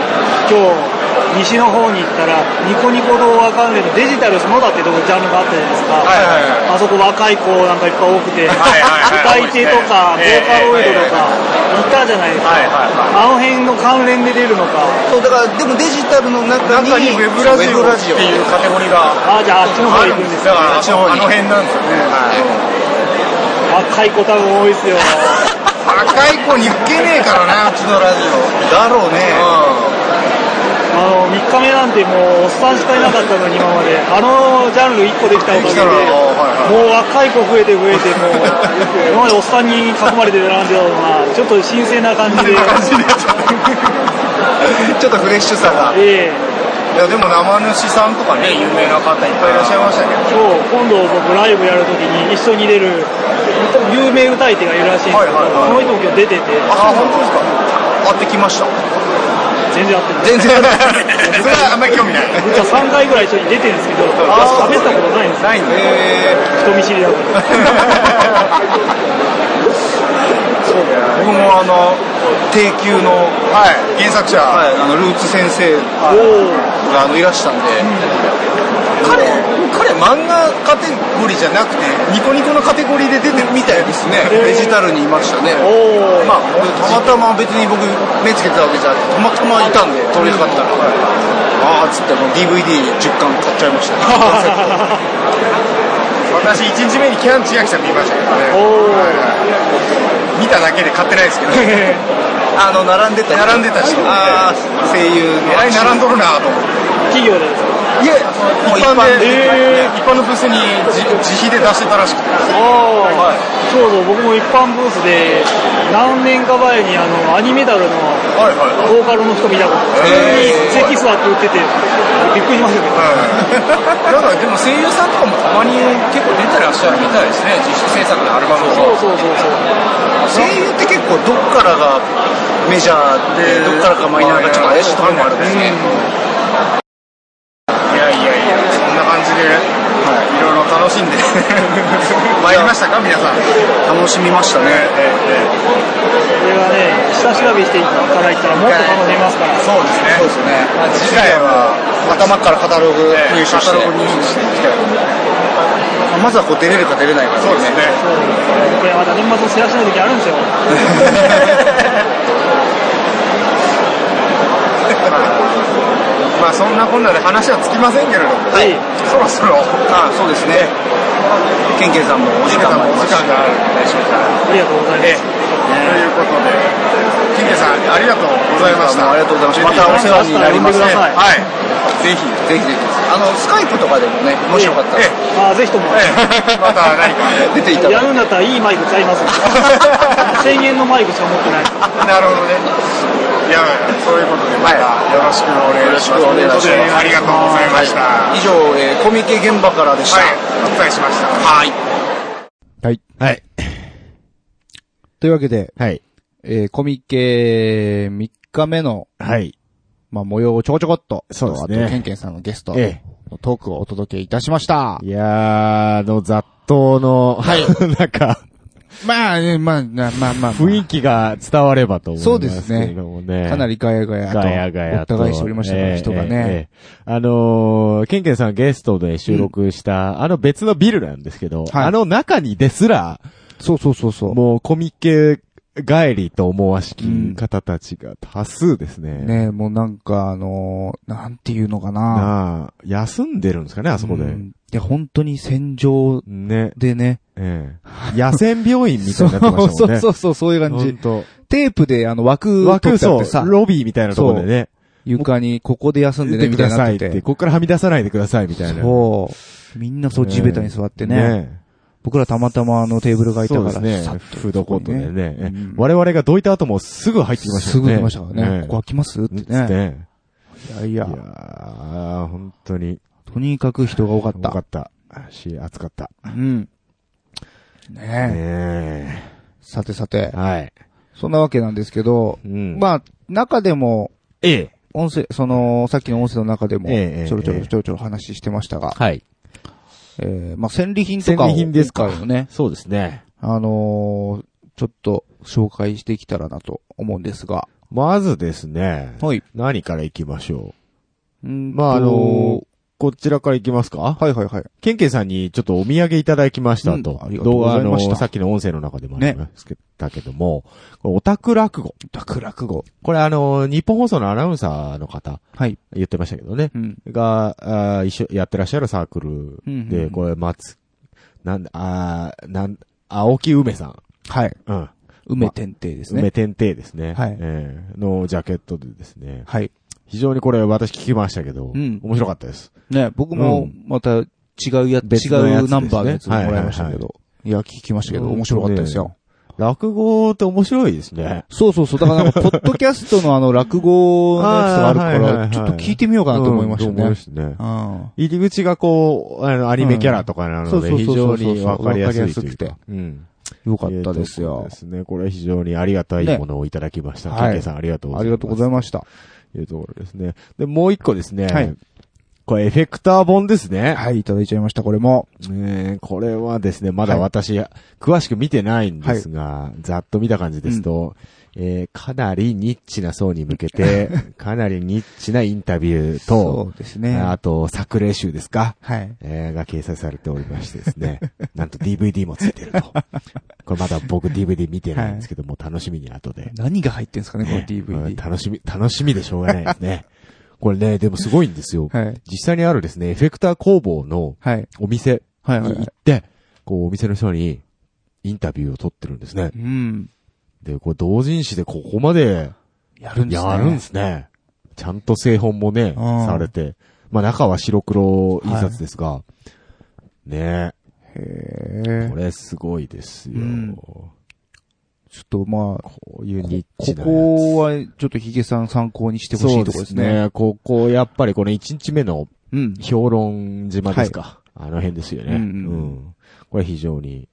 今日西の方に行ったらニコニコ動画関連のデジタルそのだってとこジャンルがあったじゃない
はいは
ですか、
いはい
あそこ若い子なんかいっぱい多くて
はいはいはい
歌い手とかボ
ええ
ーカロイドとかいたじゃないですか、
はいはいはい
あの辺の関連で出るのか
そうだからでもデジタルの中に
中にウェブラジオっていうカテゴリーが
あじゃああっちの方
あ
行
るんで
くんですす
だから
よ
あのあの辺なんですよね
若い子多分多いですよ
若い子に受けねえからなうちのラジオだろうね
あの3日目なんてもうおっさんしかいなかったのに今まであのジャンル1個できたおかげ
でき
で
たらはいはい
もう若い子増えて増えてもう今までおっさんに囲まれて並んでたのがちょっと新鮮な感じで
ち ょっとフレッシュさが
ええ
いやでも生主さんとかね有名な方いっぱいいらっしゃいましたけど
今日今度僕ライブやるときに一緒に出る有名歌い手がいるらしいんですけ
はい
ど、
はいはい
この人も今日出てて
あ本当ですか会ってきました
全然合ってない
全然
それはあんまり興味ない
実は3回ぐらい一緒に出てるんですけど
あー
喋ったことないんですよ
ないんで
人見知りだから
僕もあの定休の,、
はい原作者
はい、あのルーツ先生
おお
があのいらしたんで、彼彼漫画カテゴリーじゃなくてニコニコのカテゴリーで出てるみたいですね、デジタルにいましたね
おお
まあ、たまたま別に僕目つけてたわけじゃなくてたまたまいたんで通りかかったら、ああっつってもう DVD10 巻買っちゃいましたね
私1日目にキャン千秋さん見ましたけどね
おー
はいはい見ただけで買ってないですけど並
あの並んでた
んでたし
ああ声優
えらい並んどるなと思って
企業でですか
いや
一般で、
え
一般のブースに自自費で出してたらしくて
あーそうそう僕も一般ブースで何年か前にあのアニメダルの
はいはい
ボーカルの人見たこと普通に席座って売っててびっくりしましたけど
だからでも声優さんとかもたまに結構出てらっしゃるみたいですね自主制作のアルバム
そ
を
うそうそうそう
声優って結構どっからがメジャーでどっからがマイナーかちょっと怪しいところもあるんですね
いやいやいやそんな感じで、い、ろいろ楽 しんで参りましたか皆さん
楽しみましたね
これはね下調べしていただいたらもっと楽しめますから
そうですね
そうですね
次回は
頭からカタログ
ええ
入手して
カタログ入手して
まずはこう出れるか出れないか
そうですね
これまた年末の知らせの時あるんですよ
まあそんなこんなで話はつきませんけれども、
はい
そろそろ
あそうですねケンケンさんもお時
時
間
間
がありました
があるのでしょうか
ありがとうございます
ええということで金家さんありがとうございました
ありがとうございましたまたお世話になりまし
呼んでく
た
ださい
はい。ぜひ。
ぜひぜひあのスカイプとかでもねもしよかったら
え
あーぜひとも。
え、 また何か。
出ていただ
や
いて
るんだったらいいマイク買います よ。1000円のマイクしか持ってない。
なるほどね。いやいや、そういうことで、またよろしくお願いします。
よろしくお願いします
本当にありがとうございました。
以上、えーコミケ現場からでした、
はい、お伝えしました。はい。
はい。
はい。
というわけで、
はい。
えー、コミケ3日目の、
はい。
まあ、模様をちょこちょこっと、
そうですね
あとケンケンさんのゲスト、
え
のトークをお届けいたしました
え。。いやー、あの、雑踏の、はい。 なんか、
まあ、ねまあ、なまあ、まあ、
雰囲気が伝わればと思い
そう
ま
です
す
ね
けれどもね。
かなりガヤガヤと、
ガヤガヤと。
お互いしておりましたから、人が
ええ。
ね。
ええあのー、ケンケンさんゲストで収録した、あの別のビルなんですけど、
はい
あの中にですら、
そうそうそうそう。
もうコミケ帰りと思わしき方たちが多数ですね。
ねもうなんか、あのーなんていうのかな。
なあ、休んでるんですかね、あそこで。
うんいや、本当に戦場
ね、
でね。
ええ。野戦病院みたいになってましたもんね。
そうそううそう、そういう感
ほん
じ。
と。
テープで、あの、枠を取
枠、
ってあっ
そ
てさ
う、、ロビーみたいなところでね、
床にここで休んで
出
ね、み
てく
たい
だ
にな
さ
っ
いってて、
て。
こっからはみ出さないでくださいみたいな。
そう。みんなそう地べたに座ってね。
え。
僕らたまたまあのテーブルがいたから、
そうです
さ
ね。
っ
フードコートでね。
うん
え我々がどいた後もすぐ入ってきました
す
よね。
ぐ来ましたからね。
ええ
ここ開きますって
つって
ね。
ね
いやい
い
や
や、ー、本当に
とにかく人が多かっ
多
た
か。ったし、暑かった。
うん。
ね
ねえ。
え
さてさて。
はい。
そんなわけなんですけど、
うん
まあ、中でも、
ええ。
音声、その、さっきの音声の中でも、
ええ
ちょろちょろちょろちょろ話してましたが、
はい。
えーまあ、戦利品とかを、
戦利品ですか
今回もね、
そうですね。
あのーちょっと紹介してきたらなと思うんですが、
まずですね。
はい。
何から行きましょう。
ま
まあ、あのー、こちらから行きますか
はいはいはい。
ケンケンさんにちょっとお土産いただきましたと。
うんありがとうございました
動画のさっきの音声の中でもありましたけども、これオタク落語。
ダク落語。
これあの、日本放送のアナウンサーの方、
はい。
言ってましたけどね。
うん。
が、あー一緒、やってらっしゃるサークル
うんうんう
で、
ん
これ、松、なんだ、あーなん、青木梅さん。
はい。
うん。
梅天帝ですね。
梅天帝ですね。
はい
えーのジャケットでですね。
はい。
非常にこれ私聞きましたけど、
うん
面白かったです。
ね、僕も
う、
また、違うや、
別のやつ
違う
ですね
ナンバーのやつもらいましたけ
はいはい
ど、いや、聞きましたけど、面白かったですよ。
落語って面白いですね。
そうそうそう。だからなんか、ポッドキャストのあの、落語のやつがあるか
はいはいはい
ら、
はい
ちょっと聞いてみようかなと思いました
うんと思い
ね。
ましたね。
うん。
入り口がこう、あの、アニメキャラとかなので、
うん
非常にわかりやすいと
そうそうそうそうわかりやすく
いう
て
か。うん。
よかったです
えーとそう
よ
で。すね。これは非常にありがたいものをいただきました。
ね
ケンケンさんありがとうござ
あ
い
り
ま
が
す。
とうございました。
というところですね。で、もう一個ですね。
はい
これエフェクター本ですね。
はい、いただいちゃいました、これも。
えーこれはですね、まだ私、詳しく見てないんですが、ざっと見た感じですと、えーかなりニッチな層に向け て、かなりニッチなインタビューと
そ、うですね。
あと、作例集ですか
はい。
えーが掲載されておりましてです ね、なんと DVD もついてると。これまだ僕 DVD 見てないんですけども、楽しみに後で。
何が入ってんですかね、この
うん
DVD。
楽しみ、楽しみでしょうがないで すね。これね、でもすごいんですよ。
はい。
実際にあるですね、エフェクター工房の
はい。
お店
はいは
に
いは
行
い
っ。て、こうお店の人にインタビューを取ってるんですね
う。ん。
で、これ同人誌でここまで
やるんですね。
やるんですね。ちゃんと製本もね、
うん
されて。まあ中は白黒印刷ですが、ねえ、
へ
こ
え。
れすごいですよ。
うんちょっとまあ、
こういう
こ
ニッ
こ
チなやつ。
こは、ちょっとヒゲさん参考にしてほしいところです
そう
ね。
ここ、やっぱりこの1日目の
うん。
評論島ですか。あの辺ですよね。
う
うんん、
うんうん
これ非常に、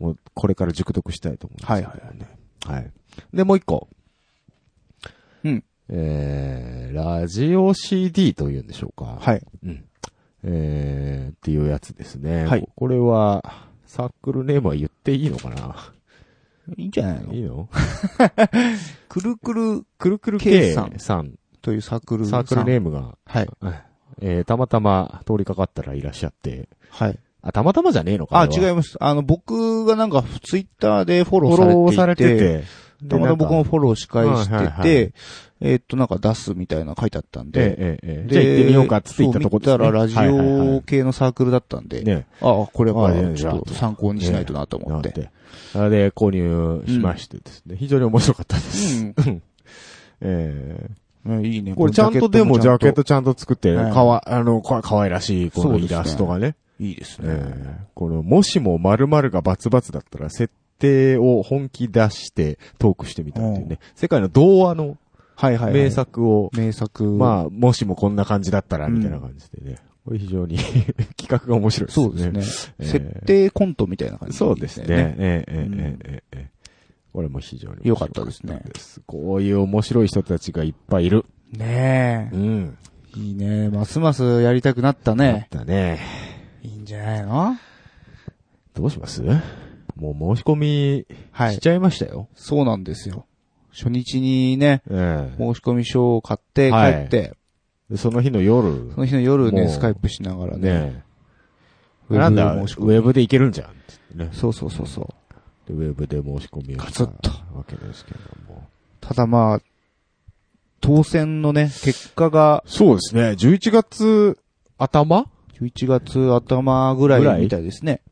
もう、これから熟読したいと思うんです
はい
けど
はい
ね。はい。で、もう一個。
うん。
えー、ラジオ CD というんでしょうか。い。
はい。
うん。えー、っていうやつですね。
はい
ここれは、サークルネームは言っていいのかない
いんじゃない
い
の
いの
くるくる
くるくる
K
K
さ
さ
ん
ん。
というサークル
サークルネ
ね。
ームが、
はい。
えー、たまたま通りかかったらいらっしゃって、
はい。
あ、たまたまじゃねえのか
あ、
れは
違います。あの、僕がなんか、ツイッターでフォ
フ
ロ
ォロ
ー
ー
さ
さ
れ
れ
ていて、
てて、
たまたま僕もフォローし返してて、
はいはいはい
えーっと、なんか出すみたいなの書いてあったん
で
で、
えええ
で
えじゃあ行ってみようかっつって言ったとこですね。
そう見たらラジ
はいはいは
オ
い
系のサークルだったんで、
ね、
ああ、これは
あいやいや
ちょっと参考にしないとなと思って。
なんで、購入しましてですね、非常に面白かったで
う
す。
ん
ええ
うん、いいね。
これちゃんとでもジャケットちゃんと作ってる
は。い
かわ、あの、かかわいらしい、こ
そう
の
で
イ
すね
ラストがね。
いいです
え
ね。
ーこの、もしも〇〇がバツバツだったら、設定を本気出してトークしてみたっていうね。世界の童話の
はいはいはい。
名。作を、
名作。あ、
まあ、もしもこんな感じだったら、みたいな感じでね。これ非常に 企画が面白いですね。
そうですね。
えー
設定コントみたいな感じ。
そうですね。。ええええ
うん
ええええこれも非常に
良かったですね
面白かったですこういう面白い人たちがいっぱいいる。
ね
うん。
え。いいね。ますますやりたくなったね。
だね。
いいんじゃないの
どうしますもう申し込み
はい
しちゃいましたよ。
そうなんですよ。初日にね、
ええ
申し込み書を買って帰
はい
って、
でその日の夜。
その日の夜
も
ね、
う
スカイプしながらね。
ね
ウェブで
なんだ、ウ
申し込み
ェブでいけるんじゃんって言ってね。
そうそうそうそう。
でウェブで申し込みを
ガ
し
ツ
た
ッと
わけですけども。
ただまあ、当選のね、結果が
そうですね。11月頭
11月頭ぐら
ぐら
い
い
みたいですね。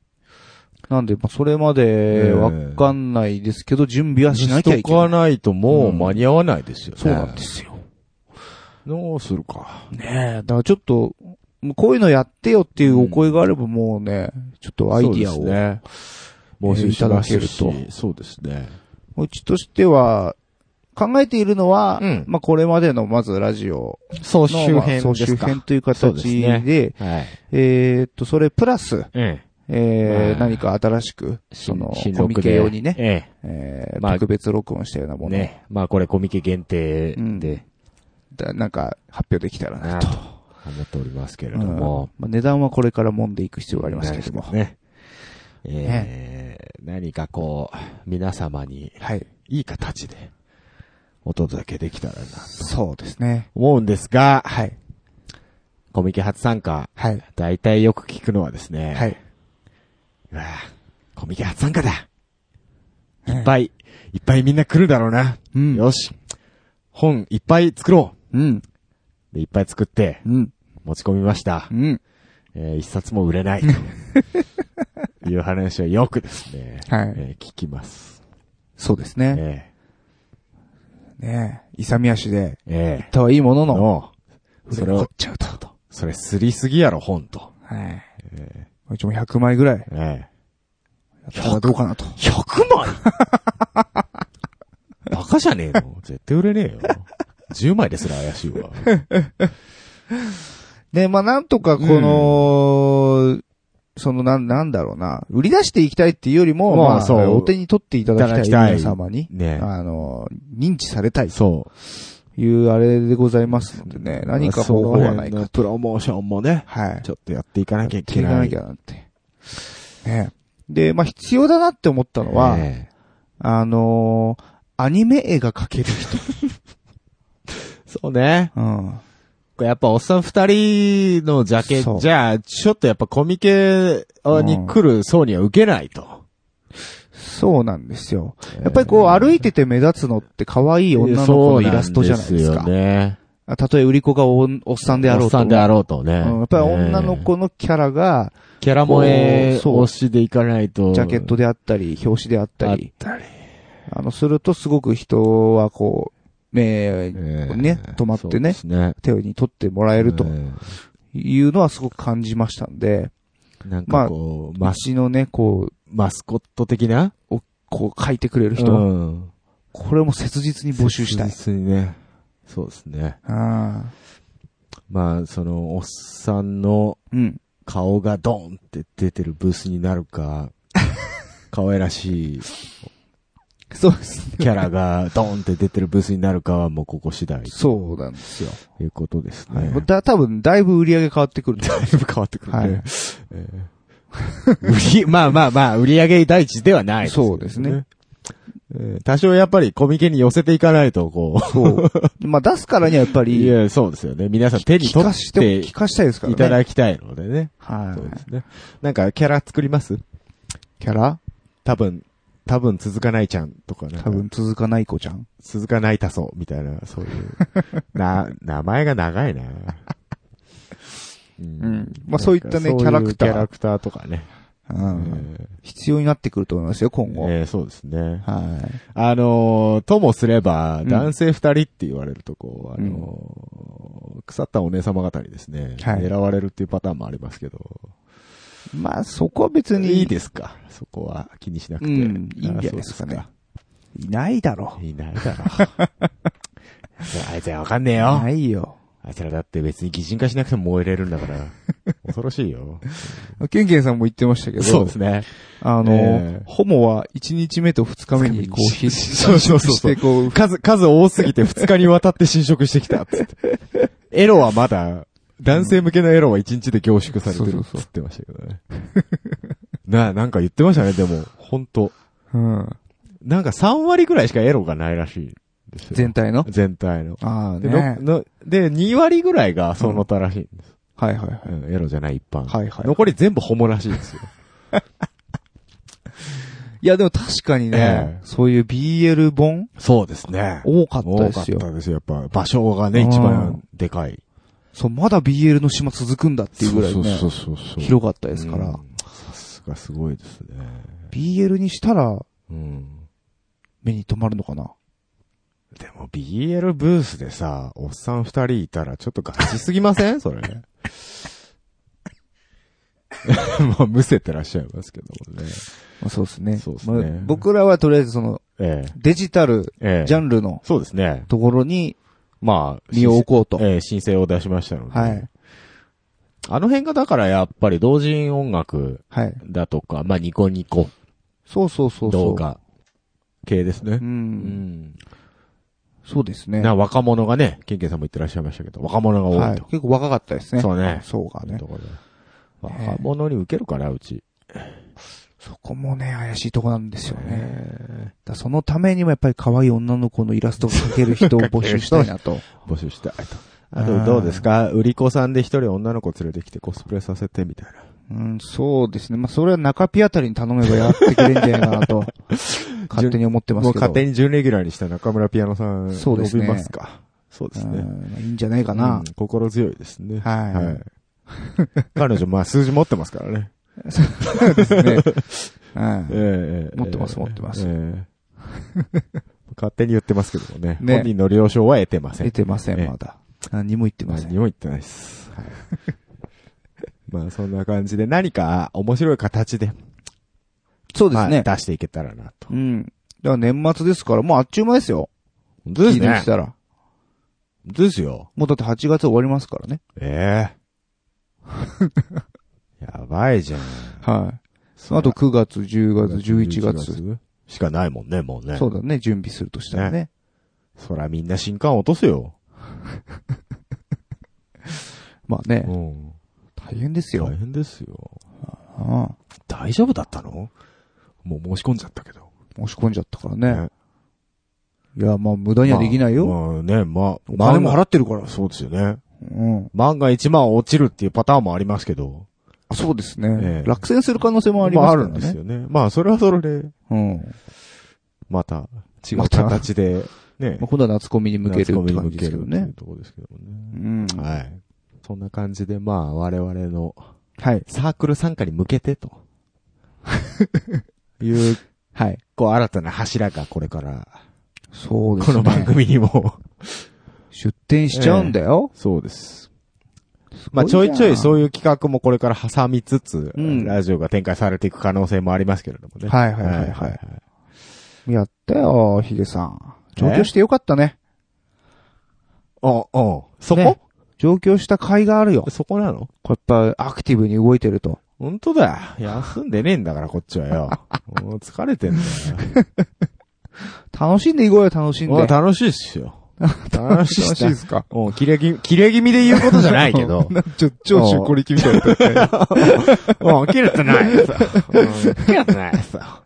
なんで、まあ、それまで
え
わかんないですけど、準備はしなきゃいけ
しと
な
か
い。
ないともう間に合わないですよね。
そうなんですよ。
どうするか。
ねえ、だからちょっと、もうこういうのやってよっていうお声があればもうね、ちょっとアイディア
そう
を。
ですね。募集しますし。そうですね。
うちとしては、考えているのは、
うん
まあこれまでのまずラジオ
総
のまあ総集編という
そ
形
うです
で、
ねはい。
えーっと、それプラス、
え
えー
まあ
何か新しく、その、
新
コ
録
ミ
で
ケ用にね、
え
えー
まあ
特別録音したような
え
もの、
ね。まあこれコミケ限定
うん
で、
だなんか発表できたらな
な
と
と。思っておりますけれ
う
ど
ん
も。
まあ、値段はこれから揉んでいく必要がありますけれども。
ね。えー何かこう、皆様に、
はい。
いい形で、お届けできたらな、と
そうですね。
思うんですが、
はい。
コミケ初参加、
はい。
大体よく聞くのはですね、
はい。
うわぁコミケ初参加だ。いっぱい、いっぱいみんな来るだろうな。
うん
よし。本いっぱい作ろ
うん。
う。で、いっぱい作って、
うん。
持ち込みました
う。ん。
えー一冊も売れない。 という話はよくですね、
はい
えー聞きます。
そうですね。
え
ねえ。勇み足で、
ーえ
とはいいもの
ー
の、
の、それ
凝
を
っ、ちゃうと。
それすりすぎやろ、本と。
はい。うちも100枚ぐらいや
え
ったらどうかなと。
え100枚 バカじゃねえの絶対売れねえよ。10枚ですら怪しいわ。
で、まあ、なんとかこの、その、なん、なんだろうな。売り出していきたいっていうよりも、
まあ
まあ、
そう
お手に取っていただきたい
いただきたい
皆様に、
ね
あの、認知されたいと
そう。
いうあれでございますのでね、何か方法はない
その辺
か
の。プロモーションもね、
はい。
ちょっとやっていかなきゃい
気
け
になら
な。
ないきゃなんて。ねで、まあ、必要だなって思ったのは、
ええ
あのーアニメ絵が描ける 人。
そうね。
うん。
やっぱおっさん二人のジャケ
そう
じゃあ、ちょっとやっぱコミケに来る層には受けないと。
そうなんですよ。やっぱりこう歩いてて目立つのって可愛い女の子のイラストじゃないです
そう
か
ん。よね。
あたとえ売り子がおおっさんであろ
お
う
っ
と。
さんであろうとね。
うんやっぱり女の子のキャラが、
ええ。キャラ萌え
こうそう
推しでいかないと。
ジャケットであったり、表紙であったり、あの、するとすごく人はこう、目、
ええ
ね、止まって
そうで
ね、
すね。
手に取ってもらえると
え
いうのはすごく感じましたんで、
えなんかこう、マス、
街のね、こう、
マスコット的な
こう書いてくれる人、
うん
これも切実に募集したい。
切実にね。そうですね。
あ
まあ、その、おっさんの
ーうん。
顔がドーンって出てるブースになる か、可愛らしい
そうですね。
キャラがドーンって出てるブースになるかはもうここ次第と
そうなんですよ。
いうことです
は
ね。
い。だ、多分、だいぶ売り上げ変わってくると思う。
だいぶ変わってくるね。
はい
えー 売り、まあまあまあ、売り上げ第一ではないけど
そうですね。
えー多少やっぱりコミケに寄せていかないと、こ
そう。まあ、出すからにはやっぱ
う。い
り、
や、そうですよね。皆さん手に
聞
取
か
っ
して、
て
聞かしたいですからね。
いただきたいのでね。
は
そうで
い。
すね。なんか、キャラ作ります
キャラ
多分、多分続かないちゃんとかね。
多分続かない子ちゃん。
鈴鹿ないたそう、みたいな、そう いう。な、名前が長いな。う
うんまあそういったね
なんかそういう
キャラクター
キャラクターとかね。
うん。必要になってくると思いますよ、今後。
えーそうですね。
はい。
あのーともすれば、
ん
男性二人って言われると、こう、あのー腐ったお姉様方にですね、
はい
狙われるっていうパターンもありますけど、
まあ、そこは別に。
いいですかそこは気にしなく
う
て。
ん。いいんじゃないですかね
あ。
いないだろ
そうですかいないだろ。 いやあいつらわかんねえ
う。
よ
な。いよ。
あいつらだって別に擬人化しなくても燃えれるんだ から。恐ろしいよ。
ケンケンさんも言ってましたけど。
そうですね。
あの、
ええ
ホモは1日目と2日目にこう、ひ
そうそうそうそう
してこう、
数、数多すぎて2日にわたって侵食してき たっつって。エロはまだ、男性向けのエロは1日で凝縮されてるっつってましたけどね。 な、なんか言ってましたね、でも。ほんと。
うん、
なんか3割ぐらいしかエロがないらしいんですよ。
全体の
全体の。
ああ
で、
ね。
のので2割ぐらいがその他らしいんです。
はいはいはい。
うんエロじゃない一般。
はいはい
残り全部ホモらしいですよ。
いやでも確かにね
ええ、
そういう BL 本
そうですね
多かった
多
で
かっ
すよ。
たですよ。やっぱ場所がね、
うん
一番でかい。
そう、まだ BL の島続くんだっていうぐらいね、
そうそうそうそう。
広かったですから、
うんさすがすごいですね。
BL にしたら
うん。
目に留まるのかな。
でも BL ブースでさ、おっさん二人いたらちょっとガチすぎませんそれ。 まあ、むせてらっしゃいますけどもね。
まあ、そうですね。
そうですね
まあ僕らはとりあえずその、
え
デジタル
え。ええ。
ジャンルの
そうですね。
ところに
まあ、
身を置こうと。
ええ、申請を出しましたので。
はい。
あの辺がだからやっぱり同人音楽
はい。
だとか、まあニコニコ
そうそうそうそう。
動画系ですね
う。。
うんん。
そうですね。
な若者がね、ケンケンさんも言ってらっしゃいましたけど、若者が多
はいい。
と。
結構若かったですね。
そうね。
そうがね
と。ころで若者に受けるかな、うち。
そこもね、怪しいとこなんですよね。だそのためにもやっぱり可愛い女の子のイラストを描ける人を募集したいな と。
募集したいと。あと、どうですか売り子さんで一人女の子連れてきてコスプレさせてみたいな。
うん、そうですね。まあ、それは中ピあたりに頼めばやってくれんじゃないかな と、勝手に思ってま
も
す
う
けど。
勝手に準レギュラーにした中村ピアノさん、
そうですね
呼びますか。そうです
うん
ね。
まあいいんじゃないかな
うん。心強いですね。
はい
い。彼女、まあ、数字持ってますからね。
ですね。 うん
ええ
持ってます持ってます
ええ 勝手に言ってますけどもね。
ね
本人の了承は得てません
出。てませ
え
ん、
え
まだ。何も言ってませ
何
ん。
にも言ってないです。はいまあ、そんな感じで何か面白い形で、
そうです
はい
ね。
出していけたらなと
う。ん。だから年末ですから、もうあっちゅう間ですよ。
本当です
聞いて
ね
み。たら。
ですよ。
もうだって8月終わりますからね。
え えやばいじゃん。
はい。あと9月、10月、11月。
しかないもんね、もうね。
そうだね、準備するとしたらね。
そらみんな新刊落とすよ。
まあね、
ん。
大変ですよ
大。変ですよ。
ああ
大丈夫だったのもう申し込んじゃったけど。
申し込んじゃったからね。いや、まあ無駄にはできないよ。
まあね、まあ。
お金も払ってるか
まあそうですよね。
うん。
万が一万落ちるっていうパターンもありますけど。
あそうです
え
ね。
え
落選する可能性もあり
ま
ま
あ
す
あ
か
る
ら
んです
ね。
よね。まあそれはそれで、
うん。
また違う
また
形で、ね
まあ。今度は夏コミに向けるって
夏コミに
感
向
じですけど
けるってい
ね
う。とこですけども
う
ね。
ん。
はい。そんな感じで、まあ我々の
はい。
サークル参加に向けてと。 いう、
はい。
こう新たな柱がこれから、
そうですね。
この番組にも。
出展しちゃうんだよ。
そうです。まあちょいちょいそ
い
う
う。
いう企画もこれから挟みつつ、
うん
ラジオが展開されていく可能性もありますけれどもね。
はいはいはいはいやったよ、ヒゲさん。上京してよかったね。
お、おそこ、
ね上京した甲斐があるよ。
そこなの
こうやっぱアクティブに動いてると。
本当だよ。休んでねえんだから、こっちは よ。もう疲れてんだ
楽しんでいこうよ、楽しん
よ。
で。
もう楽しいっすよ。楽しいっ
楽し
す
いっすか。
もう切れ気、切れ気味で言うことじゃない けど。
ちょ、長州小力みたいな。
もう切れてないよさ。うん切れてないよさ。
は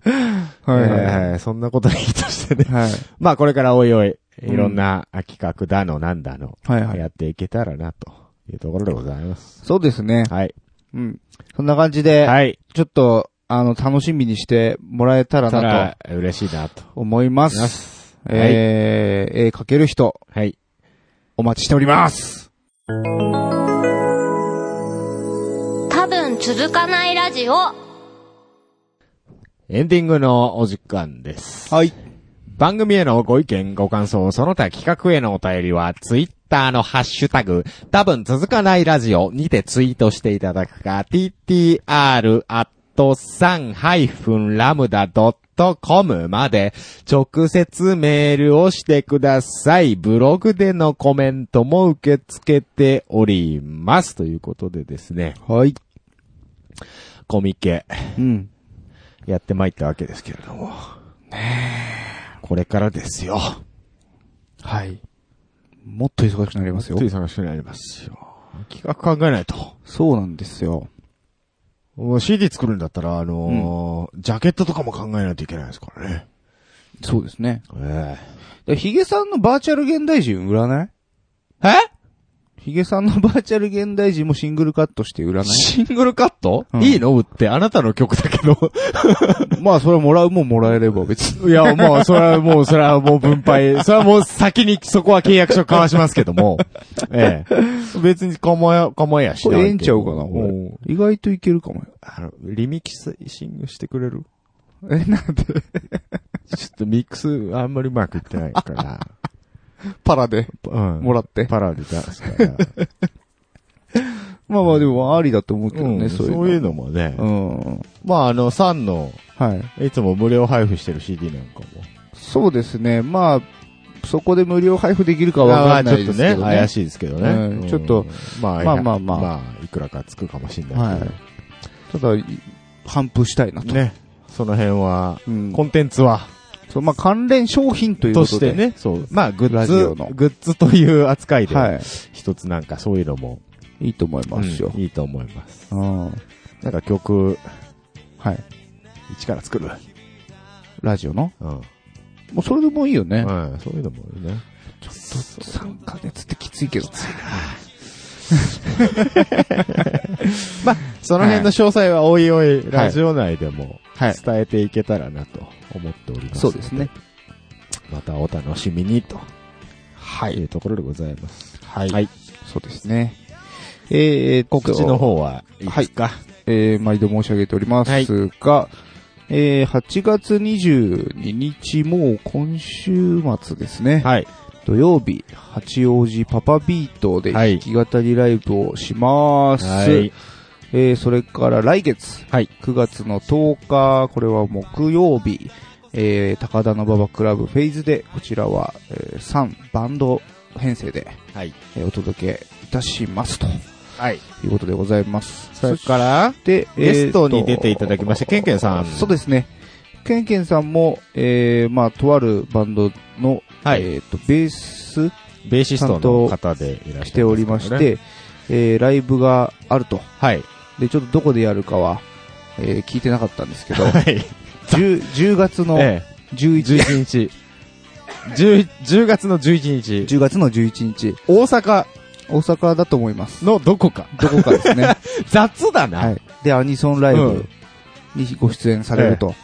えーそんなことはいいとしてね。
はい。
まあこれからおいおい、いろんな企画だのなんだの、
はいはい
やっていけたらなというところでございます。
そうですね。
はい。
うん。そんな感じで、
はい。
ちょっと、あの、楽しみにしてもらえたらな
たら嬉しいなと。
と思いま。
思います
えー、絵描ける人、
はい。
お待ちしております。
多分続かないラジオ
エンディングのお時間です。
はい。
番組へのご意見、ご感想、その他企画へのお便りは、ツイッターのハッシュタグ、多分続かないラジオにてツイートしていただくか、ttr アット3 -lambda.com まで直接メールをしてください。ブログでのコメントも受け付けております。ということでですね、
はい。
コミケ
うん。
やってまいったわけですけれども。ねえ。これからですよ。
はい。もっと忙しくなりますよ
つ。い探してなりますよ。企画考えないと。
そうなんですよ。
もう CD 作るんだったら、あのージャケットとかも考えないといけないですからね。
そうですね。
え
でヒゲさんのバーチャル現代人売らないえヒゲさんのバーチャル現代人もシングルカットして売らな
シングルカット、
うん
いいの売って、あなたの曲だけど。
いまあ、それはもらうもんもらえれば別に。
いや、もう、それはもう、それはもう分 配。それはもう先に、そこは契約書交わしますけど も。ええ別に構え、構えやし
こ
ないけど。
れええんちゃうかな、これ
もう
意外といけるかもよ。
あの、リミキスシングしてくれる
え、なんで
ちょっとミックス、あんまりうまくいってない から。
パラで
うん。
もらって。
パラで出すから。
まあまあでもありだと思うけどね、
うん
そういうの。
そういうのもね。
うん。
まあ、あの、3の、
はい。
いつも無料配布してる CD なんかも。
そうですね。まあ、そこで無料配布できるかわかんないですけどね。
ちょっとね、怪しいですけどね。
うん
うん
ちょっと、
まあ、
まあまあまあ
まあ、いくらかつくかもしれな
はい
け
い。ただ、い反布したいなと。
ど。ね。その辺は、
うん。
コンテンツは、
そうまあ関連商品ということとで。
してね、そう。まあ、グッ
ラジオの
ズ、グッズという扱いで、
は
一つなんかそういうのも、
い。いいと思いますよ
うん。いいと思います。
うん。
なんか曲、
はい。
一から作る。
ラジオの
うん。
もうそれでもいいよね。
うん、そういうのもね。
ちょっと3ヶ月ってきついけど。
その辺の詳細はおいおい、ラジオ内でも
はい。
伝えていけたらなと思っております。
そうですね。。
またお楽しみにと。はい。いうところでございます。はい。はい。
そうですね。えー、
告知の方は、
はい
いつか。
えー毎度申し上げておりますが、えー8月22日、もう今週末ですね、
はい。
土曜日、八王子パパビートで
はい
弾き語りライブをします。
はい。
えーそれから来月、
はい
9月の10日、これは木曜日、えー高田の馬場クラブフェイズで、こちらは、え3バンド編成で、
はい。
えーお届けいたしますと
はい。
いうことでございます。
それから、
で、
ゲス
え
ト
ー
に
と
出ていただきました、ケンケンさん。
そうですね。ケンケンさんも、えー、まあ、とあるバンドの、
はい
えっ、と、ベース
ベーシストの方でいらっしゃいます
しておりまし
けどね
て、えー、ライブがあると。
はい。
で、ちょっとどこでやるかは、えー、聞いてなかったんです けど、
はい。
10, 10月の
ええ、
11、
11日。10、10月の11日。
10月の11日、
大阪
大阪だと思います。
のどこか。
どこかです ね。
雑だ
は
な。
い。で、アニソンライブにご出演されると。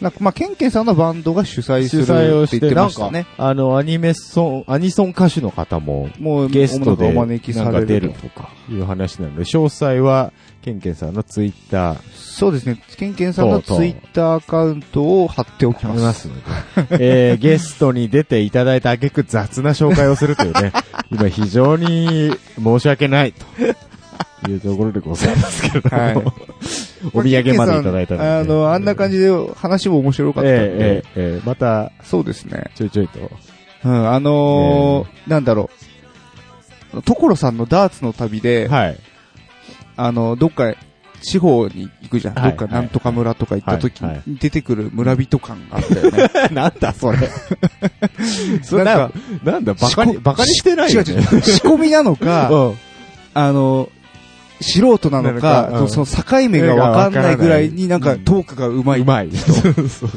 なんか、まあ、ケンケンさんのバンドが主催する
主催
っ
を
て言っ
し、
てて
な
ま
ん
した
か
ね。、
あの、アニメソン、アニソン歌手の方も、
もう、
ゲストで、
お招き
な
さ
んか
れ
出
る
る
と。
とか、いう話なので、詳細は、ケンケンさんのツイッター、
そうですね。ケンケンさんのツイッターアカウントを貼っておき
あ
ます。
りますので、えー、ゲストに出ていただいた挙句雑な紹介をするというね、今非常に申し訳ないというところでございますけれども、
はい
お土産までいただい
ケ
た
ンケンさんあ
ので、
の、あんな感じで話も面白かったんで、
えーえーえーまた、
そうですね。
ちょいちょいと、
うん、あのーなんだろう。所さんのダーツの旅で、
はい、
あの、どっか、地方に行くじゃん。
はい
どっかなんとか村とか行った時
はいは
に出てくる村人感があったよ ね。
なんだそれ。それ
なんか
なんだ、バカに、
仕込
バカにしてないよ、ね。
違う違う。仕込みなのか、
うん
あの、素人なのか、
なんかうん
その境目がわかんないぐらいになんか
うん
トークがうまい。
うまい。そうそう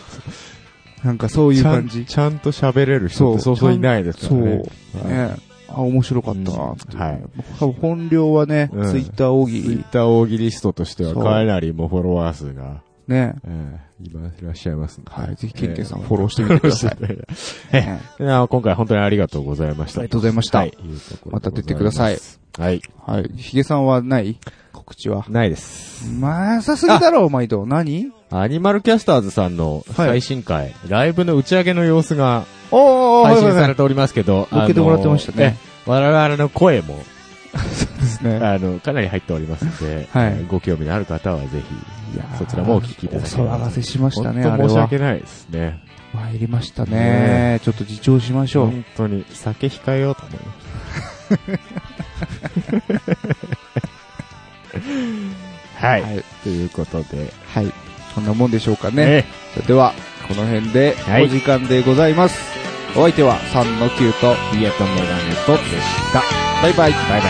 なんかそういう
ちゃ
感
ん
じ。
ちゃんと喋れる人ってそうそういないですか
そ
ら
う。
ね
ね。あ、面白かったなっていう
はい。
多分本領はね、
うん
ツイッター奥
ツイ
義
ッ。ター大喜利ストとしては
そう
かなりもうフォロワー数が、
ね。
えー今いらっしゃいますんで
はい。ぜひ、ケンケンさんフォローしてみてください。
フォローして
ええ
みて くだえさいであの今回本当にありがとうございました。
ありがとうございました
はい。いうところでございす
また出てください。
はい。
はい。ヒゲさんはない告知は。
ないです。
まあ、さすぎだろ、毎度。何
アニマルキャスターズさんの最新回、ライブの打ち上げの様子が
おーおー
配
おー
信
はい
さ
はい
れておりますけど、
乗っけてもらってましたね
あの。え我々の声も、
ですね。
あの、かなり入っておりますので、
はい
ご興味のある方はぜ
いやー
ひ、そちらもお聞きいただければ
お騒がせしましたね、あ
本
れ
当申し
は
訳。ないですね。
参りましたね
ね。
ちょっと自重しましょう。
本当に、酒控えようと思いま した。はい、
はい
ということで、
はい。そんなもんでしょうかね。
ね、
それでは、この辺で
はい
お時間でございます。お相手は3の9と、
ビエットメガネとでした。
バイバイ。
バイバイ。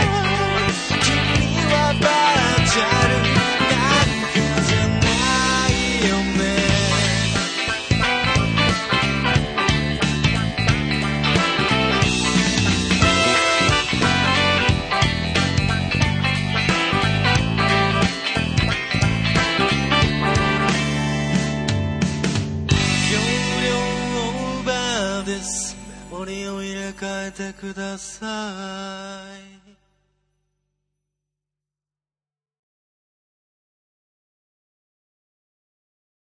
オーバーです森を入れ替えてください